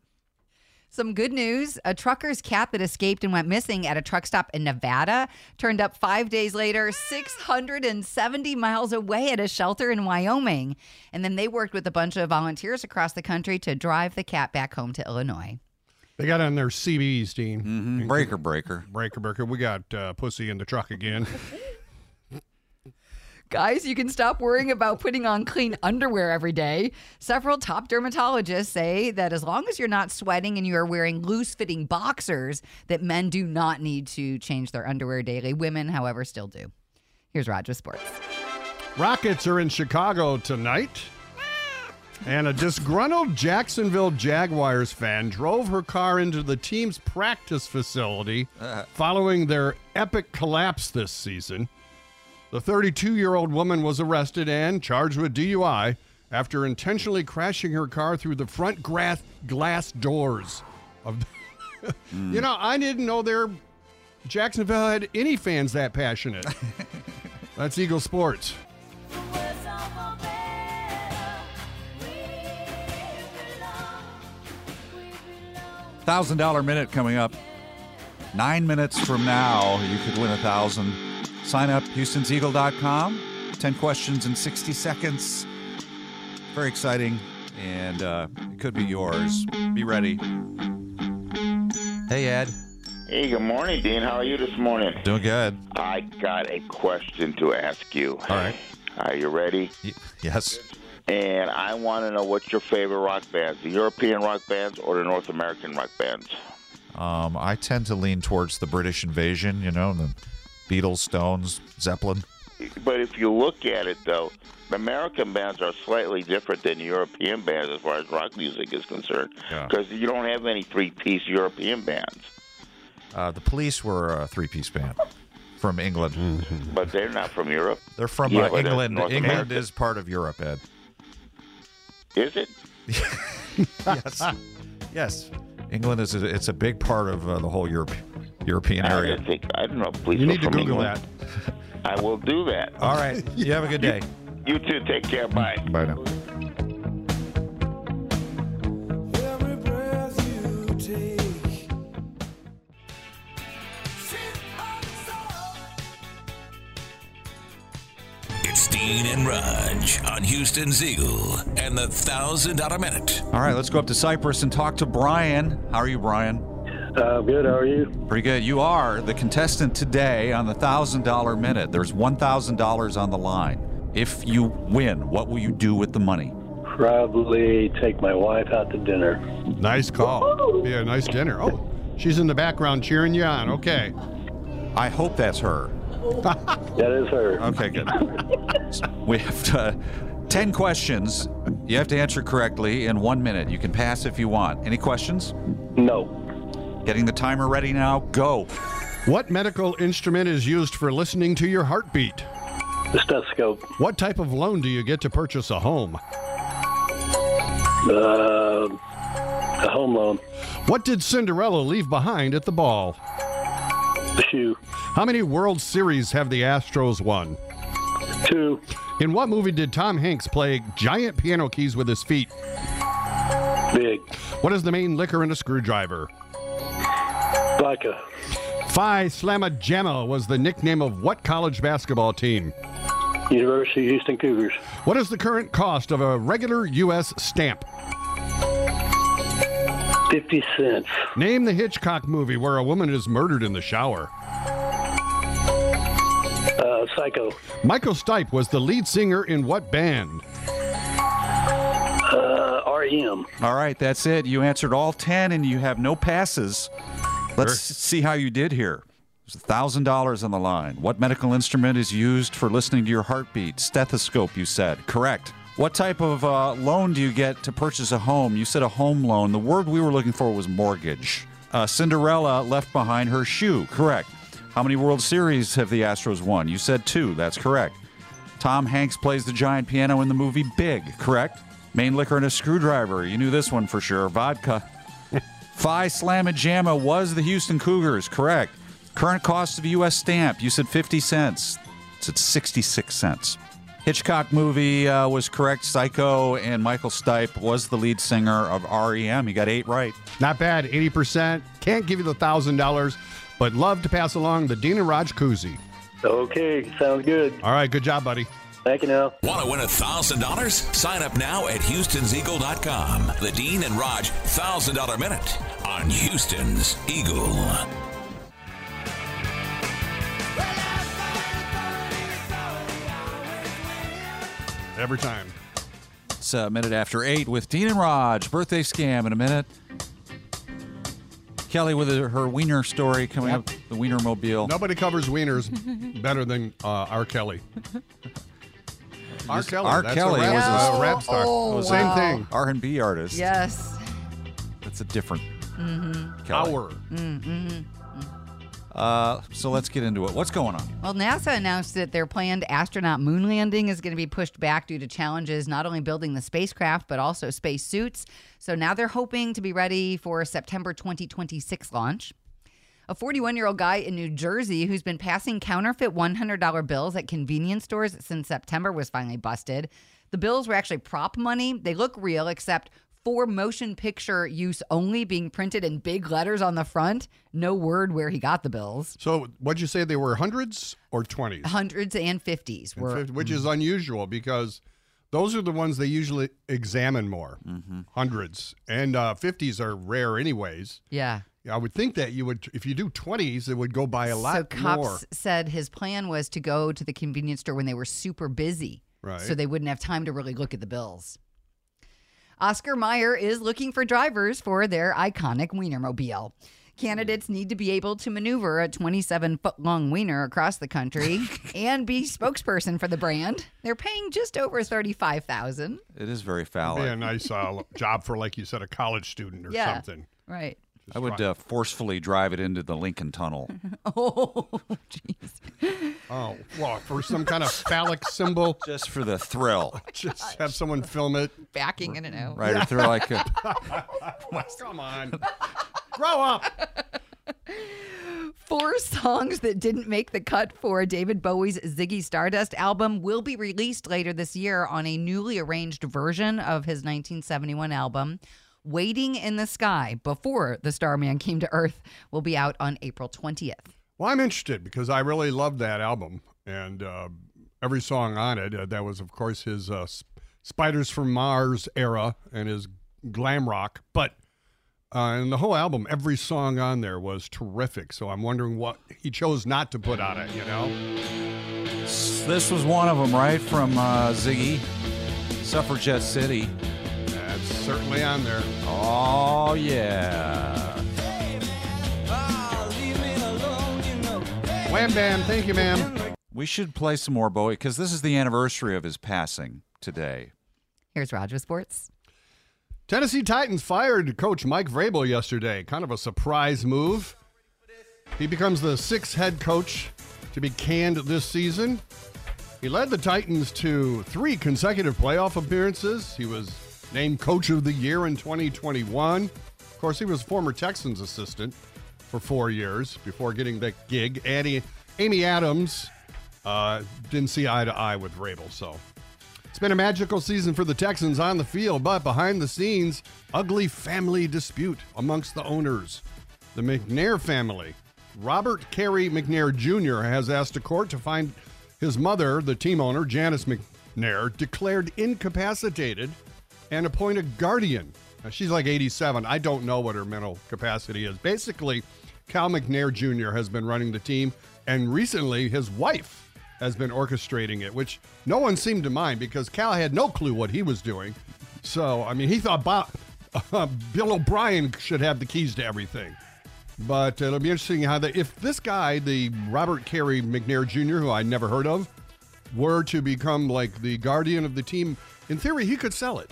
Speaker 8: Some good news a trucker's cat that escaped and went missing at a truck stop in Nevada turned up five days later, 670 miles away at a shelter in Wyoming. And then they worked with a bunch of volunteers across the country to drive the cat back home to Illinois.
Speaker 3: They got on their CBs, Dean.
Speaker 2: Mm-hmm. Breaker, breaker.
Speaker 3: Breaker, breaker. We got uh, pussy in the truck again.
Speaker 8: Guys, you can stop worrying about putting on clean underwear every day. Several top dermatologists say that as long as you're not sweating and you are wearing loose-fitting boxers, that men do not need to change their underwear daily. Women, however, still do. Here's Roger Sports.
Speaker 3: Rockets are in Chicago tonight. And a disgruntled Jacksonville Jaguars fan drove her car into the team's practice facility following their epic collapse this season. The 32 year old woman was arrested and charged with DUI after intentionally crashing her car through the front grass glass doors. Of You know, I didn't know their Jacksonville had any fans that passionate. That's Eagle Sports.
Speaker 2: Thousand dollar minute coming up. Nine minutes from now, you could win a thousand. Sign up Houston'sEagle.com. Ten questions in sixty seconds. Very exciting, and uh, it could be yours. Be ready. Hey Ed,
Speaker 11: Hey, good morning, Dean. How are you this morning?
Speaker 2: doing good?
Speaker 11: I got a question to ask you. All right. Are you ready?
Speaker 2: yes.
Speaker 11: And I want to know what's your favorite rock bands, the European rock bands or the North American rock bands?
Speaker 18: Um, I tend to lean towards the British invasion, you know, the Beatles, Stones, Zeppelin.
Speaker 11: But if you look at it, though, the American bands are slightly different than European bands as far as rock music is concerned because you don't have any three piece European bands.
Speaker 18: Uh, the Police were a three-piece band. from England.
Speaker 11: But they're not from Europe.
Speaker 18: They're from
Speaker 11: Mm-hmm. Yeah,
Speaker 18: uh,
Speaker 11: but that's
Speaker 18: England.
Speaker 11: North
Speaker 18: England
Speaker 11: America.
Speaker 18: is part of Europe, Ed.
Speaker 11: Is it?
Speaker 18: yes. Yes. England is a, it's a big part of uh, the whole Europe, European
Speaker 11: I
Speaker 18: area.
Speaker 11: don't think I don't know. Please
Speaker 18: You need to
Speaker 11: from
Speaker 18: Google
Speaker 11: England. I will do that.
Speaker 18: All right. You have a good day.
Speaker 11: You, you too. Take care. Bye.
Speaker 18: Bye now.
Speaker 1: It's Dean and Raj on Houston's Eagle and the thousand dollar minute.
Speaker 2: All right, let's go up to Cyprus and talk to Brian. How are you, Brian?
Speaker 17: Uh, good. How are you?
Speaker 2: Pretty good. You are the contestant today on the thousand dollar minute. There's one thousand dollars on the line. If you win, what will you do with the money?
Speaker 17: Probably take my wife out to dinner.
Speaker 3: Nice call. Yeah, nice dinner. Oh, she's in the background cheering you on. Okay.
Speaker 18: I hope that's her.
Speaker 17: That is her.
Speaker 18: Okay, good.
Speaker 2: We have to, uh, ten questions. You have to answer correctly in one minute. You can pass if you want. Any questions?
Speaker 17: No.
Speaker 2: Getting the timer ready now. Go.
Speaker 3: What medical instrument is used for listening to your heartbeat?
Speaker 17: The stethoscope.
Speaker 3: What type of loan do you get to purchase a home?
Speaker 17: Uh, a home loan.
Speaker 3: What did Cinderella leave behind at the ball?
Speaker 17: The shoe.
Speaker 3: How many World Series have the Astros won?
Speaker 17: Two.
Speaker 3: In what movie did Tom Hanks play giant piano keys with his feet?
Speaker 17: Big.
Speaker 3: What is the main liquor in a screwdriver?
Speaker 17: Vodka.
Speaker 3: Phi Slamma Jamma was the nickname of what college basketball team?
Speaker 17: University of Houston Cougars.
Speaker 3: What is the current cost of a regular U.S. stamp?
Speaker 17: 50 cents.
Speaker 3: Name the Hitchcock movie where a woman is murdered in the shower.
Speaker 17: Uh, psycho.
Speaker 3: Michael Stipe was the lead singer in what band?
Speaker 17: Uh, REM.
Speaker 2: All right, that's it. You answered all 10 and you have no passes. Let's see how you did here. There's $1,000 on the line. What medical instrument is used for listening to your heartbeat? Stethoscope, you said. Correct. What type of uh, loan do you get to purchase a home? You said a home loan. The word we were looking for was mortgage. Uh, Cinderella left behind her shoe. Correct. How many World Series have the Astros won? You said two. That's correct. Tom Hanks plays the giant piano in the movie Big, correct? Main liquor and a screwdriver. You knew this one for sure. Vodka. Phi Slamma Jamma was the Houston Cougars, correct? Current cost of a U.S. stamp. You said 50 cents. It's at 66 cents. Hitchcock movie uh, was correct. Psycho and Michael Stipe was the lead singer of REM. He got eight right.
Speaker 3: Not bad, 80%. Can't give you the $1,000, but love to pass along the Dina Raj koozie.
Speaker 17: Okay, sounds good.
Speaker 3: All right, good job, buddy.
Speaker 17: Thank you now.
Speaker 1: Want to win $1,000? Sign up now at Houston'sEagle.com. The Dean and Raj $1,000 Minute on Houston's Eagle.
Speaker 3: Every time.
Speaker 2: It's a minute after eight with Dean and Raj. Birthday scam in a minute. Kelly with her, her wiener story coming up. The wiener mobile.
Speaker 3: Nobody covers wieners better than uh, R. Kelly. R. Kelly.
Speaker 2: R.
Speaker 3: that's
Speaker 2: Kelly
Speaker 3: a rap,
Speaker 2: was a-
Speaker 3: uh, rap star.
Speaker 8: Oh,
Speaker 3: Same
Speaker 8: wow.
Speaker 3: thing.
Speaker 2: R&B artist.
Speaker 8: Yes.
Speaker 2: That's a different
Speaker 8: Mm-hmm.
Speaker 2: Kelly.
Speaker 3: Hour.
Speaker 8: Mm-hmm.
Speaker 2: Uh, so let's get into it. What's going on?
Speaker 8: Well, NASA announced that their planned astronaut moon landing is going to be pushed back due to challenges not only building the spacecraft, but also spacesuits. So now they're hoping to be ready for a September 2026 launch. A 41 year old guy in New Jersey who's been passing counterfeit $100 bills at convenience stores since September was finally busted. The bills were actually prop money. They look real, except for motion picture use only, being printed in big letters on the front. No word where he got the bills.
Speaker 3: So, what'd you say? They were hundreds or 20s?
Speaker 8: Hundreds and fifties
Speaker 3: And
Speaker 8: were Mm.
Speaker 3: 50, which is unusual because those are the ones they usually examine more.
Speaker 2: Mm-hmm.
Speaker 3: Hundreds. And uh, 50s are rare, anyways.
Speaker 8: Yeah.
Speaker 3: I would think that you would, if you do 20s, it would go by a lot
Speaker 8: so cops
Speaker 3: more.
Speaker 8: said his plan was to go to the convenience store when they were super busy,
Speaker 3: Right.
Speaker 8: so they wouldn't have time to really look at the bills. Oscar Mayer is looking for drivers for their iconic Wienermobile. Candidates need to be able to maneuver a 27 foot long wiener across the country and be spokesperson for the brand. They're paying just over 35000
Speaker 2: It is very
Speaker 3: Be
Speaker 2: foul.
Speaker 3: a nice uh, job for, like you said, a college student or
Speaker 8: Yeah.
Speaker 3: something.
Speaker 8: Right.
Speaker 2: I would uh, forcefully drive it into the Lincoln Tunnel.
Speaker 8: Oh, jeez.
Speaker 3: No. Well, for
Speaker 8: Oh
Speaker 3: some kind of phallic symbol.
Speaker 2: Just for the thrill.
Speaker 3: Just have someone film it.
Speaker 5: Backing in and out.
Speaker 2: Right, if they're like, uh,
Speaker 3: Come on. Grow up.
Speaker 8: Four songs that didn't make the cut for David Bowie's Ziggy Stardust album will be released later this year on a newly arranged version of his 1971 album. Waiting in the Sky Before the Starman Came to Earth will be out on April 20th.
Speaker 3: Well, I'm interested because I really loved that album and uh, every song on it. Uh, that was, of course, his uh, S- Spiders from Mars era and his glam rock. But uh, and the whole album, every song on there was terrific. So I'm wondering what he chose not to put on it. You know,
Speaker 2: this was one of them, right? From uh, Ziggy, Suffragette City.
Speaker 3: That's certainly on there.
Speaker 2: Oh, yeah.
Speaker 3: Wham Bam, thank you, ma'am.
Speaker 2: We should play some more Bowie because this is the anniversary of his passing today.
Speaker 8: Here's Roger Sports.
Speaker 3: Tennessee Titans fired coach Mike Vrabel yesterday. Kind of a surprise move. He becomes the sixth head coach to be canned this season. He led the Titans to three consecutive playoff appearances. He was named Coach of the Year in 2021. Of course, he was former Texans assistant for four years before getting that gig. Annie, Amy Adams uh, didn't see eye to eye with Vrabel, so it's been a magical season for the Texans on the field, but behind the scenes, ugly family dispute amongst the owners. The McNair family. Robert Carey McNair Jr. has asked a court to find his mother, the team owner, Janice McNair, declared incapacitated and appoint a guardian. Now, she's like 87. I don't know what her mental capacity is. Basically, Cal McNair Jr. has been running the team, and recently his wife has been orchestrating it, which no one seemed to mind because Cal had no clue what he was doing. So, I mean, he thought Bob, Bill O'Brien should have the keys to everything. But uh, it'll be interesting how the, if this guy, the Robert Carey McNair Jr., who I never heard of, were to become like the guardian of the team, in theory, he could sell it.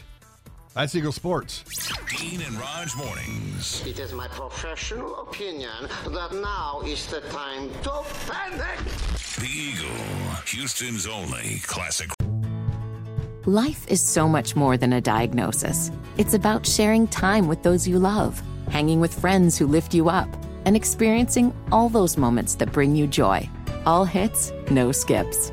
Speaker 3: That's Eagle Sports.
Speaker 1: Dean and Raj mornings.
Speaker 19: It is my professional opinion that now is the time to panic.
Speaker 1: The Eagle, Houston's only classic.
Speaker 16: Life is so much more than a diagnosis. It's about sharing time with those you love, hanging with friends who lift you up, and experiencing all those moments that bring you joy. All hits, no skips.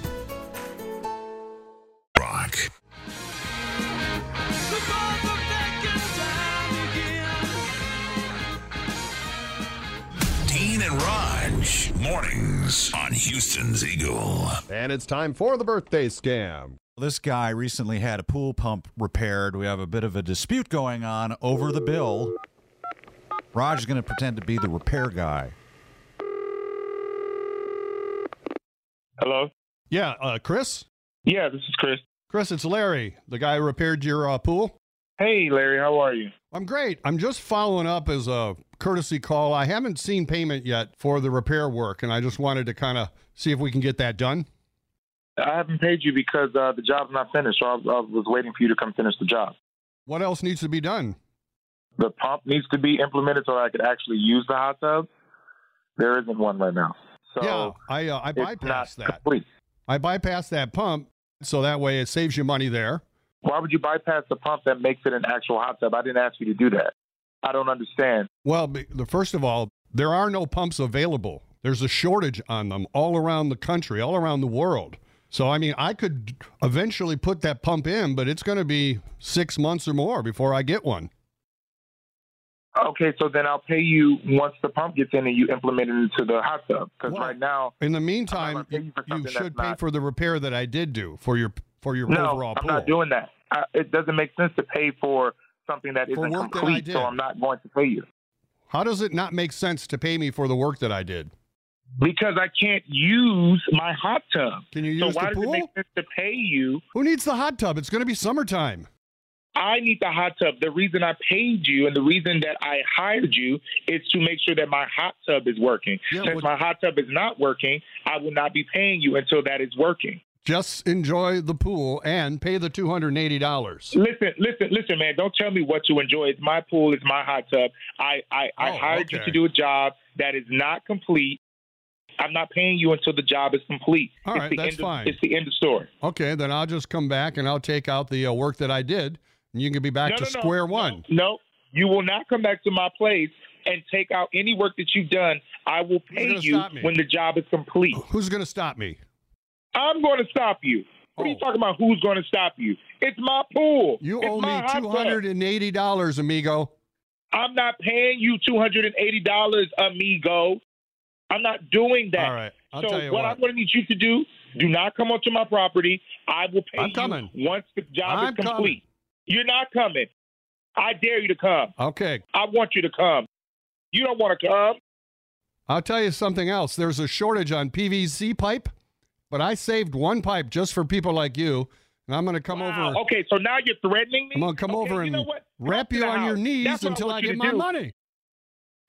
Speaker 1: Rock. Dean and Raj mornings on Houston's Eagle.
Speaker 3: And it's time for the birthday scam.
Speaker 20: This guy recently had a pool pump repaired. We have a bit of a dispute going on over the bill. Raj is going to pretend to be the repair guy.
Speaker 21: Hello?
Speaker 3: Yeah, uh, Chris?
Speaker 21: Yeah, this is Chris.
Speaker 3: Chris, it's Larry, the guy who repaired your uh, pool.
Speaker 21: Hey, Larry, how are you?
Speaker 3: I'm great. I'm just following up as a courtesy call. I haven't seen payment yet for the repair work, and I just wanted to kind of see if we can get that done.
Speaker 21: I haven't paid you because uh, the job's not finished, so I, I was waiting for you to come finish the job.
Speaker 3: What else needs to be done?
Speaker 21: The pump needs to be implemented so I could actually use the hot tub. There isn't one right now. So
Speaker 3: yeah, I uh, I
Speaker 21: it's not
Speaker 3: bypassed that.
Speaker 21: complete.
Speaker 3: I bypassed that pump, so that way it saves you money there.
Speaker 21: Why would you bypass the pump that makes it an actual hot tub? I didn't ask you to do that. I don't understand.
Speaker 3: Well, b- the first of all, there are no pumps available. There's a shortage on them all around the country, all around the world. So I mean, I could eventually put that pump in, but it's going to be 6 months or more before I get one.
Speaker 21: Okay, so then I'll pay you once the pump gets in and you implement it into the hot tub. Because right now,
Speaker 3: In the meantime, you, you
Speaker 21: something
Speaker 3: should
Speaker 21: that's
Speaker 3: pay
Speaker 21: not-
Speaker 3: for the repair that I did do for your for your
Speaker 21: no,
Speaker 3: overall
Speaker 21: I'm
Speaker 3: pool.
Speaker 21: not doing that. I, it doesn't make sense to pay for something that
Speaker 3: For
Speaker 21: isn't
Speaker 3: work that I
Speaker 21: complete,
Speaker 3: did.
Speaker 21: so I'm not going to pay you.
Speaker 3: How does it not make sense to pay me for the work that I did?
Speaker 21: Because I can't use my hot tub.
Speaker 3: Can you
Speaker 21: so
Speaker 3: use
Speaker 21: why
Speaker 3: the
Speaker 21: does it
Speaker 3: pool?
Speaker 21: make sense to pay you?
Speaker 3: Who needs the hot tub? It's going to be summertime.
Speaker 12: I need the hot tub. The reason I paid you and the reason that I hired you is to make sure that my hot tub is working. Since my hot tub is not working, I will not be paying you until that is working.
Speaker 3: Just enjoy the pool and pay the two hundred and eighty dollars.
Speaker 12: Listen, listen, listen, man. Don't tell me what you enjoy. It's my pool. It's my hot tub. I, I, I hired you
Speaker 3: Oh, okay.
Speaker 12: to do a job that is not complete. I'm not paying you until the job is complete.
Speaker 3: All
Speaker 12: It's
Speaker 3: right,
Speaker 12: the
Speaker 3: that's
Speaker 12: end of-
Speaker 3: fine.
Speaker 12: It's the end of story.
Speaker 3: Okay, then I'll just come back and I'll take out the uh, work that I did, and you can be back
Speaker 12: No,
Speaker 3: to
Speaker 12: no, no,
Speaker 3: square one.
Speaker 12: No, you will not come back to my place and take out any work that you've done. I will pay
Speaker 3: gonna
Speaker 12: you
Speaker 3: stop me?
Speaker 12: when the job is complete.
Speaker 3: Who's going to stop me? Oh.
Speaker 12: I'm going to stop you. What are you talking about? Who's going to stop you? It's my pool.
Speaker 3: You
Speaker 12: It's
Speaker 3: owe
Speaker 12: my
Speaker 3: me
Speaker 12: hot
Speaker 3: two
Speaker 12: tub.
Speaker 3: hundred and eighty dollars, amigo.
Speaker 12: I'm not paying you two hundred and eighty dollars, amigo. I'm not doing that. All right.
Speaker 3: I'll
Speaker 12: so
Speaker 3: tell you
Speaker 12: what, I'm
Speaker 3: what.
Speaker 12: going to need you to do: do not come onto my property. I will pay you once the job
Speaker 3: I'm
Speaker 12: is complete.
Speaker 3: coming.
Speaker 12: You're not coming. I dare you to come.
Speaker 3: Okay.
Speaker 12: I want you to come. You don't want to come.
Speaker 3: I'll tell you something else. There's a shortage on PVC pipe, but I saved one pipe just for people like you, and I'm going to come over.
Speaker 12: Okay, so now you're threatening me.
Speaker 3: I'm going to come over and wrap you
Speaker 12: the
Speaker 3: on your
Speaker 12: house.
Speaker 3: knees
Speaker 12: That's what I
Speaker 3: until I,
Speaker 12: want you
Speaker 3: get
Speaker 12: to
Speaker 3: my
Speaker 12: do.
Speaker 3: money.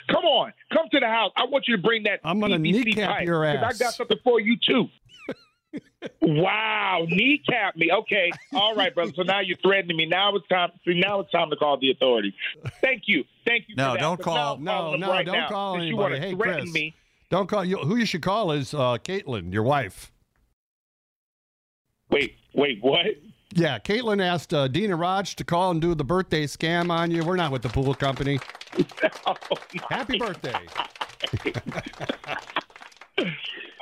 Speaker 12: Come on, come to the house. I want you to bring that. I'm
Speaker 3: gonna kneecap your
Speaker 12: I
Speaker 3: ass.
Speaker 12: got something for you too. wow, kneecap me. Okay, all right, brother. So now you're threatening me. Now it's time. See, now it's time to call the authorities. Thank you, thank you.
Speaker 2: No,
Speaker 12: for that.
Speaker 2: don't
Speaker 12: But
Speaker 2: call-
Speaker 12: now I'm
Speaker 3: No,
Speaker 12: calling
Speaker 3: no,
Speaker 12: them right
Speaker 3: don't
Speaker 12: now,
Speaker 3: call
Speaker 12: since
Speaker 3: anybody.
Speaker 12: You want
Speaker 3: Hey,
Speaker 12: to threaten
Speaker 3: Chris.
Speaker 12: me?
Speaker 3: Don't call you. Who you should call is uh, Caitlin, your wife.
Speaker 12: Wait, wait, what?
Speaker 3: Yeah, Caitlin asked uh, Dina Raj to call and do the birthday scam on you. We're not with the pool company.
Speaker 12: Oh,
Speaker 3: Happy birthday.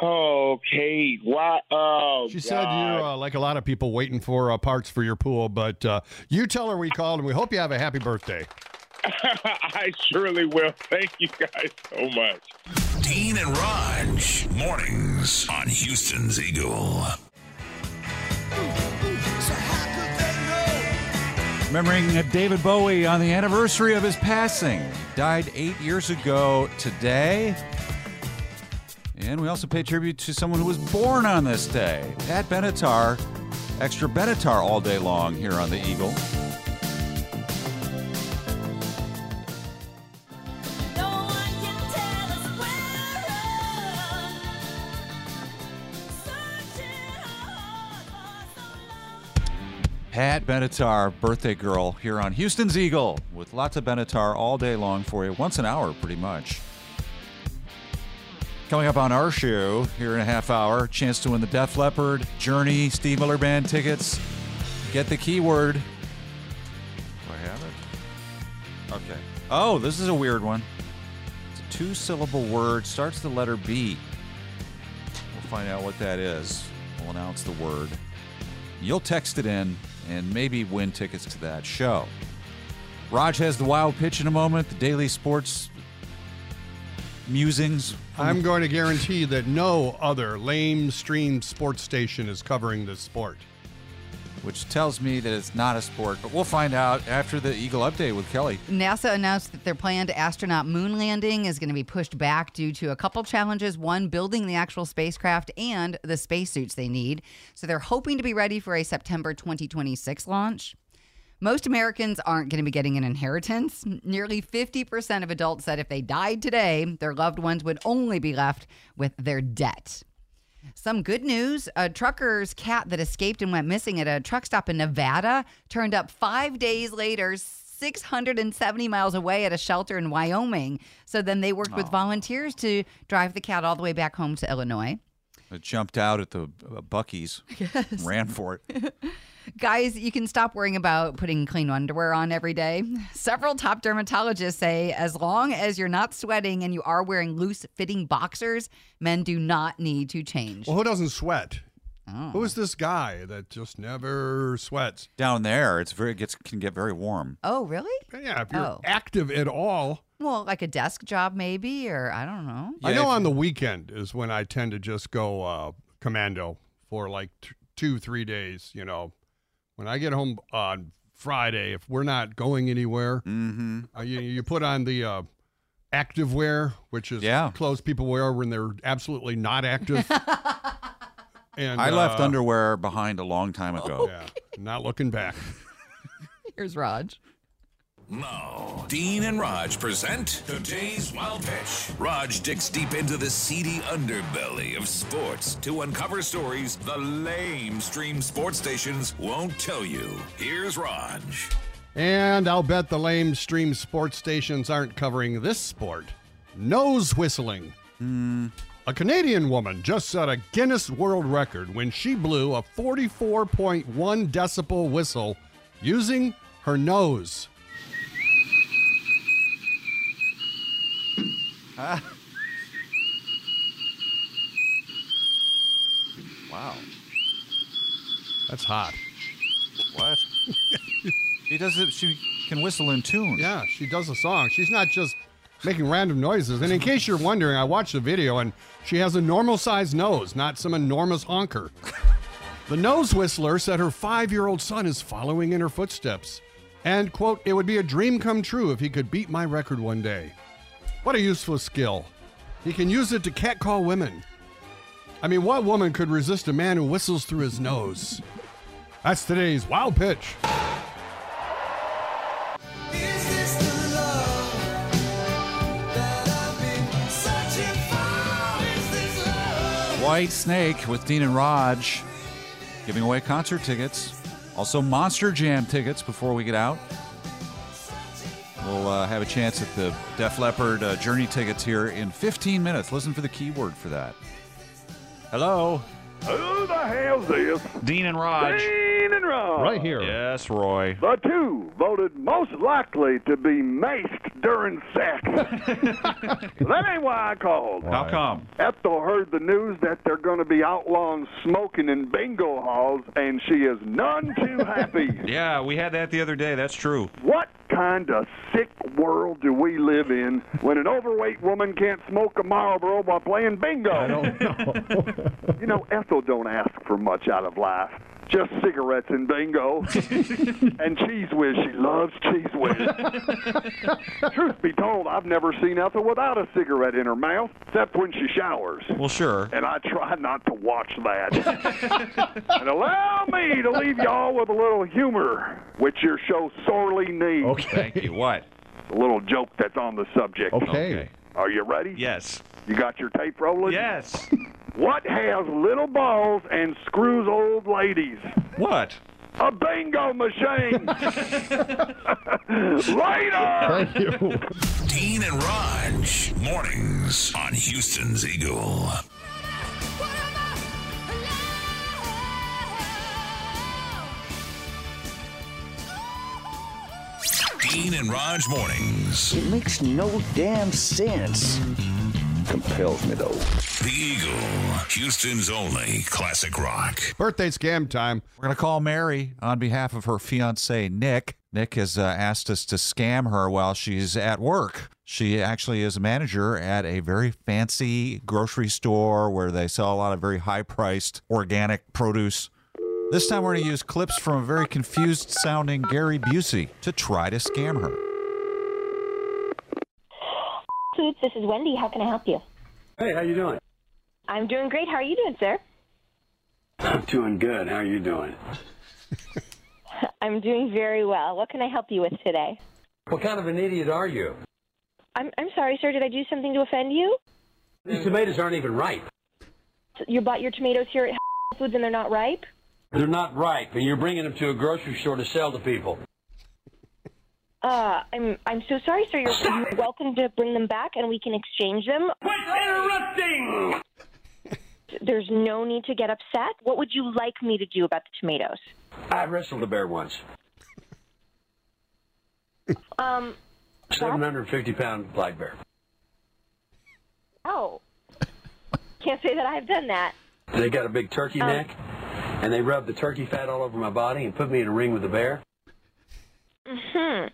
Speaker 12: Okay, why? Oh,
Speaker 3: She said you're uh, like a lot of people waiting for uh, parts for your pool, but uh, you tell her we called and we hope you have a happy birthday.
Speaker 12: I surely will. Thank you guys so much.
Speaker 1: Dean and Raj, mornings on Houston's Eagle.
Speaker 2: Remembering David Bowie on the anniversary of his passing. Died eight years ago today. And we also pay tribute to someone who was born on this day, Pat Benatar. Extra Benatar all day long here on the Eagle. Pat Benatar, birthday girl, here on Houston's Eagle with lots of Benatar all day long for you, once an hour pretty much. Coming up on our show here in a half hour, chance to win the Def Leppard, Journey, Steve Miller Band tickets. Get the keyword. Do I have it? Okay. Oh, this is a weird one. It's a two syllable word, starts the letter B. We'll find out what that is. We'll announce the word. You'll text it in and maybe win tickets to that show. Raj has the wild pitch in a moment, the daily sports musings.
Speaker 3: I'm going to guarantee that no other lame stream sports station is covering this sport.
Speaker 2: Which tells me that it's not a sport, but we'll find out after the Eagle update with Kelly.
Speaker 8: NASA announced that their planned astronaut moon landing is going to be pushed back due to a couple challenges one, building the actual spacecraft and the spacesuits they need. So they're hoping to be ready for a September 2026 launch. Most Americans aren't going to be getting an inheritance. Nearly 50% of adults said if they died today, their loved ones would only be left with their debt. Some good news a trucker's cat that escaped and went missing at a truck stop in Nevada turned up five days later. 670 miles away at a shelter in Wyoming. So then they worked with volunteers to drive the cat all the way back home to Illinois.
Speaker 2: It jumped out at the uh, Bucky's, ran for it.
Speaker 8: Guys, you can stop worrying about putting clean underwear on every day. Several top dermatologists say as long as you're not sweating and you are wearing loose fitting boxers, men do not need to change.
Speaker 3: Well, who doesn't sweat?
Speaker 8: Oh.
Speaker 3: Who is this guy that just never sweats?
Speaker 2: Down there, it's very it gets can get very warm.
Speaker 8: Oh, really?
Speaker 3: Yeah, if you're
Speaker 8: Oh.
Speaker 3: active at all.
Speaker 8: Well, like a desk job, maybe, or I don't know.
Speaker 3: I know on the weekend is when I tend to just go uh, commando for like t- two, three days. You know, when I get home on Friday, if we're not going anywhere,
Speaker 2: Mm-hmm.
Speaker 3: uh, you, you put on the uh, active wear, which is
Speaker 2: Yeah.
Speaker 3: clothes people wear when they're absolutely not active. and
Speaker 2: I left
Speaker 3: uh, Oh,
Speaker 2: underwear behind a long time ago.
Speaker 3: Yeah, not looking back.
Speaker 8: Here's Raj.
Speaker 1: Now, Dean and Raj present today's Wild Pitch. Raj digs deep into the seedy underbelly of sports to uncover stories the lame stream sports stations won't tell you. Here's Raj.
Speaker 3: And I'll bet the lame stream sports stations aren't covering this sport nose whistling. A Canadian woman just set a Guinness World Record when she blew a 44.1 decibel whistle using her nose.
Speaker 2: Wow.
Speaker 3: That's hot.
Speaker 2: What? she does it. She can whistle in tune.
Speaker 3: Yeah, she does a song. She's not just making random noises. And in case you're wondering, I watched the video and she has a normal sized nose, not some enormous honker. the nose whistler said her five year old son is following in her footsteps. And, quote, it would be a dream come true if he could beat my record one day. What a useful skill. He can use it to catcall women. I mean, what woman could resist a man who whistles through his nose? That's today's wild pitch.
Speaker 2: White Snake with Dean and Raj giving away concert tickets. Also, Monster Jam tickets before we get out. We'll uh, have a chance at the Def Leppard uh, Journey tickets here in 15 minutes. Listen for the keyword for that. Hello.
Speaker 22: Who the hell's this?
Speaker 2: Dean and Raj.
Speaker 22: Dean and Rod.
Speaker 2: Right here. Yes, Roy.
Speaker 22: The two voted most likely to be maced during sex. that ain't why I called.
Speaker 2: How come?
Speaker 22: Ethel heard the news that they're going to be outlawing smoking in bingo halls, and she is none too happy.
Speaker 2: Yeah, we had that the other day. That's true.
Speaker 22: What kind of sick world do we live in when an overweight woman can't smoke a Marlboro while playing bingo? I don't know. you know, Ethel don't ask for much out of life. Just cigarettes and bingo. and Cheese Whiz. She loves Cheese Whiz. Truth be told, I've never seen Ethel without a cigarette in her mouth, except when she showers.
Speaker 2: Well, sure.
Speaker 22: And I try not to watch that. and allow me to leave y'all with a little humor, which your show sorely needs.
Speaker 2: Thank you. What?
Speaker 22: A little joke that's on the subject.
Speaker 2: Okay.
Speaker 22: Are you ready?
Speaker 2: Yes.
Speaker 22: You got your tape rolling?
Speaker 2: Yes.
Speaker 22: what has little balls and screws old ladies?
Speaker 2: What?
Speaker 22: A bingo machine. Later.
Speaker 1: Thank you. Dean and Raj, mornings on Houston's Eagle. Dean and Raj mornings.
Speaker 15: It makes no damn sense.
Speaker 1: Compels me though. The Eagle, Houston's only classic rock.
Speaker 2: Birthday scam time. We're going to call Mary on behalf of her fiance, Nick. Nick has uh, asked us to scam her while she's at work. She actually is a manager at a very fancy grocery store where they sell a lot of very high priced organic produce. This time we're going to use clips from a very confused sounding Gary Busey to try to scam her.
Speaker 14: Foods, this is Wendy. How can I help you?
Speaker 15: Hey, how you doing?
Speaker 14: I'm doing great. How are you doing, sir?
Speaker 15: I'm doing good. How are you doing?
Speaker 14: I'm doing very well. What can I help you with today?
Speaker 15: What kind of an idiot are you?
Speaker 14: I'm, I'm sorry, sir. Did I do something to offend you?
Speaker 15: These tomatoes aren't even ripe.
Speaker 14: You bought your tomatoes here at Foods and they're not ripe?
Speaker 15: They're not ripe, and you're bringing them to a grocery store to sell to people.
Speaker 14: Uh, I'm I'm so sorry, sir. You're, you're welcome to bring them back, and we can exchange them.
Speaker 15: interrupting!
Speaker 14: There's no need to get upset. What would you like me to do about the tomatoes?
Speaker 15: I wrestled a bear once.
Speaker 14: Um,
Speaker 15: 750 pound black bear.
Speaker 14: oh, can't say that I've done that.
Speaker 15: They got a big
Speaker 14: Oh.
Speaker 15: turkey neck, and they rubbed the turkey fat all over my body and put me in a ring with the bear.
Speaker 14: Hmm.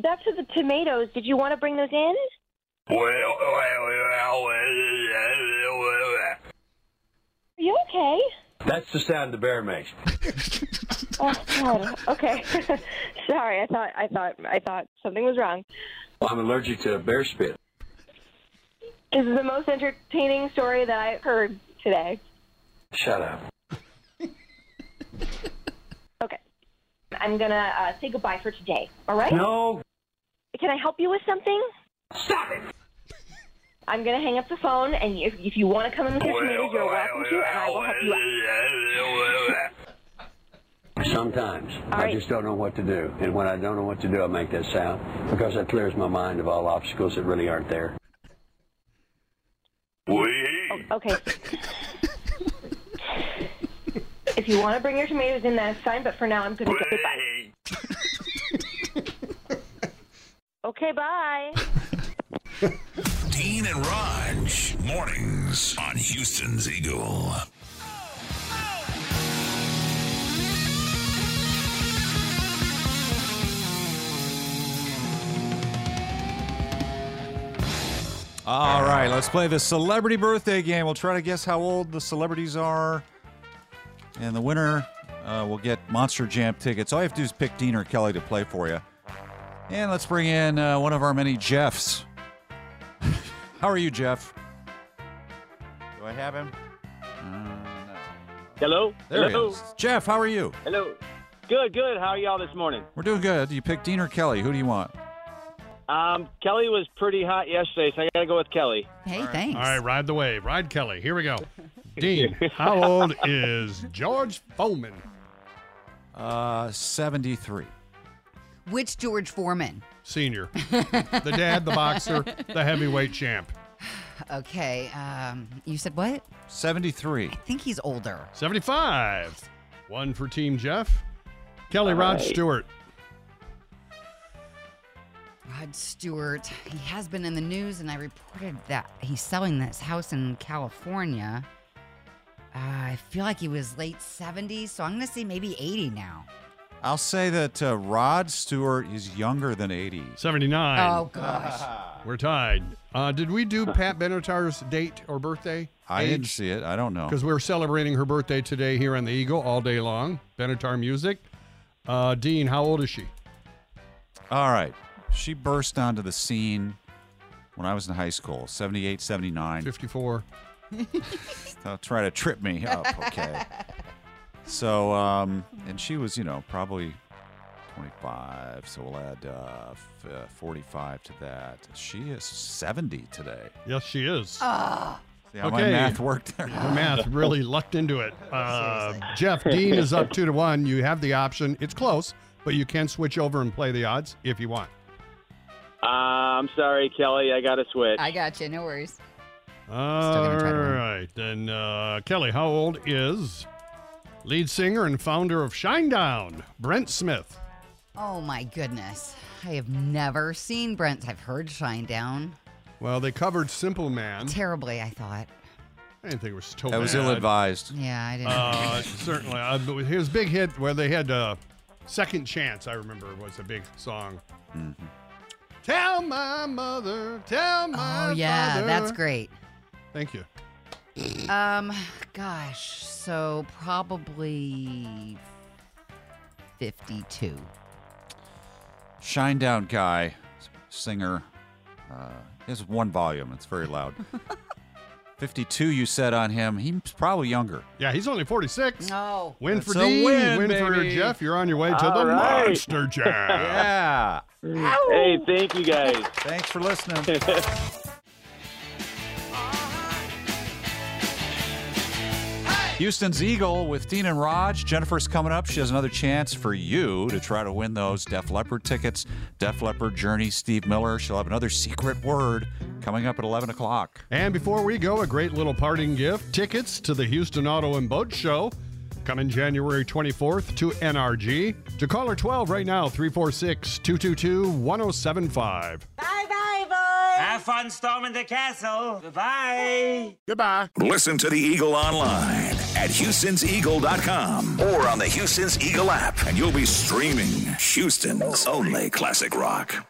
Speaker 14: Back to the tomatoes. Did you want to bring those in? Are you okay?
Speaker 15: That's the sound the bear makes.
Speaker 14: Oh God. Okay. sorry. I thought I thought I thought something was wrong.
Speaker 15: I'm allergic to bear spit.
Speaker 14: This is the most entertaining story that I've heard today.
Speaker 15: Shut up.
Speaker 14: Okay. I'm going to uh, say goodbye for today. All right?
Speaker 15: No.
Speaker 14: Can I help you with something? Stop it. I'm going to hang up the phone, and if, if you want to come in with your tomatoes, you're welcome to, and I will help you out.
Speaker 15: Sometimes I just don't know what to do, and when I don't know what to do, I make that sound because that clears my mind of all obstacles that really aren't there.
Speaker 14: Oh, okay. if you want to bring your tomatoes in, that's fine, but for now, I'm going to say goodbye. okay, bye.
Speaker 17: Dean and Raj, mornings on Houston's Eagle.
Speaker 2: All right, let's play the celebrity birthday game. We'll try to guess how old the celebrities are. And the winner uh, will get Monster Jam tickets. All you have to do is pick Dean or Kelly to play for you. And let's bring in uh, one of our many Jeffs. how are you, Jeff? Do I have him?
Speaker 23: Hello?
Speaker 2: There
Speaker 23: Hello?
Speaker 2: he is. Jeff, how are you?
Speaker 23: Hello. Good, good. How are y'all this morning?
Speaker 2: We're doing good. You pick Dean or Kelly. Who do you want?
Speaker 23: Um, Kelly was pretty hot yesterday, so I got to go with Kelly.
Speaker 8: Hey, thanks.
Speaker 3: All right, ride the wave. Ride Kelly. Here we go. Dean, how old is George Foreman?
Speaker 2: Uh, 73.
Speaker 8: Which George Foreman?
Speaker 3: Senior. The dad, the boxer, the heavyweight champ.
Speaker 8: Okay. Um, you said what?
Speaker 2: 73. I
Speaker 8: think he's older.
Speaker 3: 75. One for Team Jeff. Kelly
Speaker 8: All
Speaker 3: Rod
Speaker 8: right.
Speaker 3: Stewart.
Speaker 8: Rod Stewart. He has been in the news, and I reported that he's selling this house in California. Uh, I feel like he was late 70s, so I'm going to say maybe 80 now.
Speaker 2: I'll say that uh, Rod Stewart is younger than 80.
Speaker 3: 79.
Speaker 8: Oh, gosh.
Speaker 3: We're tied. Uh, did we do Pat Benatar's date or birthday?
Speaker 2: I didn't see it. I don't know.
Speaker 3: Because we're celebrating her birthday today here on the Eagle all day long. Benatar music. Uh, Dean, how old is she?
Speaker 2: All right. She burst onto the scene when I was in high school, 78, 79.
Speaker 3: 54.
Speaker 2: Don't try to trip me up, okay? so, um, and she was, you know, probably 25, so we'll add uh, f- uh, 45 to that. She is 70 today.
Speaker 3: Yes, she is.
Speaker 14: Ah.
Speaker 2: See how my math worked there?
Speaker 3: Your math really lucked into it. Uh, Jeff, Dean is up two to one. You have the option. It's close, but you can switch over and play the odds if you want.
Speaker 23: Uh, I'm sorry, Kelly. I got to switch.
Speaker 8: I got you. No worries.
Speaker 3: All right. Then, uh, Kelly, how old is lead singer and founder of Shinedown, Brent Smith?
Speaker 8: Oh, my goodness. I have never seen Brent. I've heard Shine Down
Speaker 3: Well, they covered Simple Man.
Speaker 8: terribly, I thought.
Speaker 3: I didn't think it was so
Speaker 2: That was
Speaker 3: bad.
Speaker 2: ill-advised.
Speaker 8: Yeah, I didn't.
Speaker 3: Uh, certainly. Uh, but his big hit where they had uh, Second Chance, I remember, was a big song. Tell my mother, tell my
Speaker 8: oh, yeah. That's
Speaker 3: father.
Speaker 8: great.
Speaker 3: Thank you.
Speaker 8: Um, gosh, so probably 52.
Speaker 2: Shine Down Guy, s- singer. Uh, he has one volume, it's very loud. 52, you said on him. He's probably younger.
Speaker 3: Yeah, he's only 46.
Speaker 8: No.
Speaker 3: Win
Speaker 2: That's
Speaker 3: for
Speaker 2: a
Speaker 3: Dean.
Speaker 2: win,
Speaker 3: for
Speaker 2: baby.
Speaker 3: Jeff. You're on your way to
Speaker 2: All
Speaker 3: the
Speaker 2: right.
Speaker 3: Monster Jam.
Speaker 2: yeah.
Speaker 23: Hey, thank you guys.
Speaker 2: Thanks for listening. Houston's Eagle with Dean and Raj. Jennifer's coming up. She has another chance for you to try to win those Def Leppard tickets. Def Leppard Journey, Steve Miller. She'll have another secret word coming up at 11 o'clock.
Speaker 3: And before we go, a great little parting gift tickets to the Houston Auto and Boat Show coming January 24th to NRG. To caller 12 right now, 346 222 1075.
Speaker 6: Bye bye, boys. Have fun storming the castle. Goodbye. Goodbye.
Speaker 17: Listen to the Eagle online at Houston'sEagle.com or on the Houston's Eagle app, and you'll be streaming Houston's only classic rock.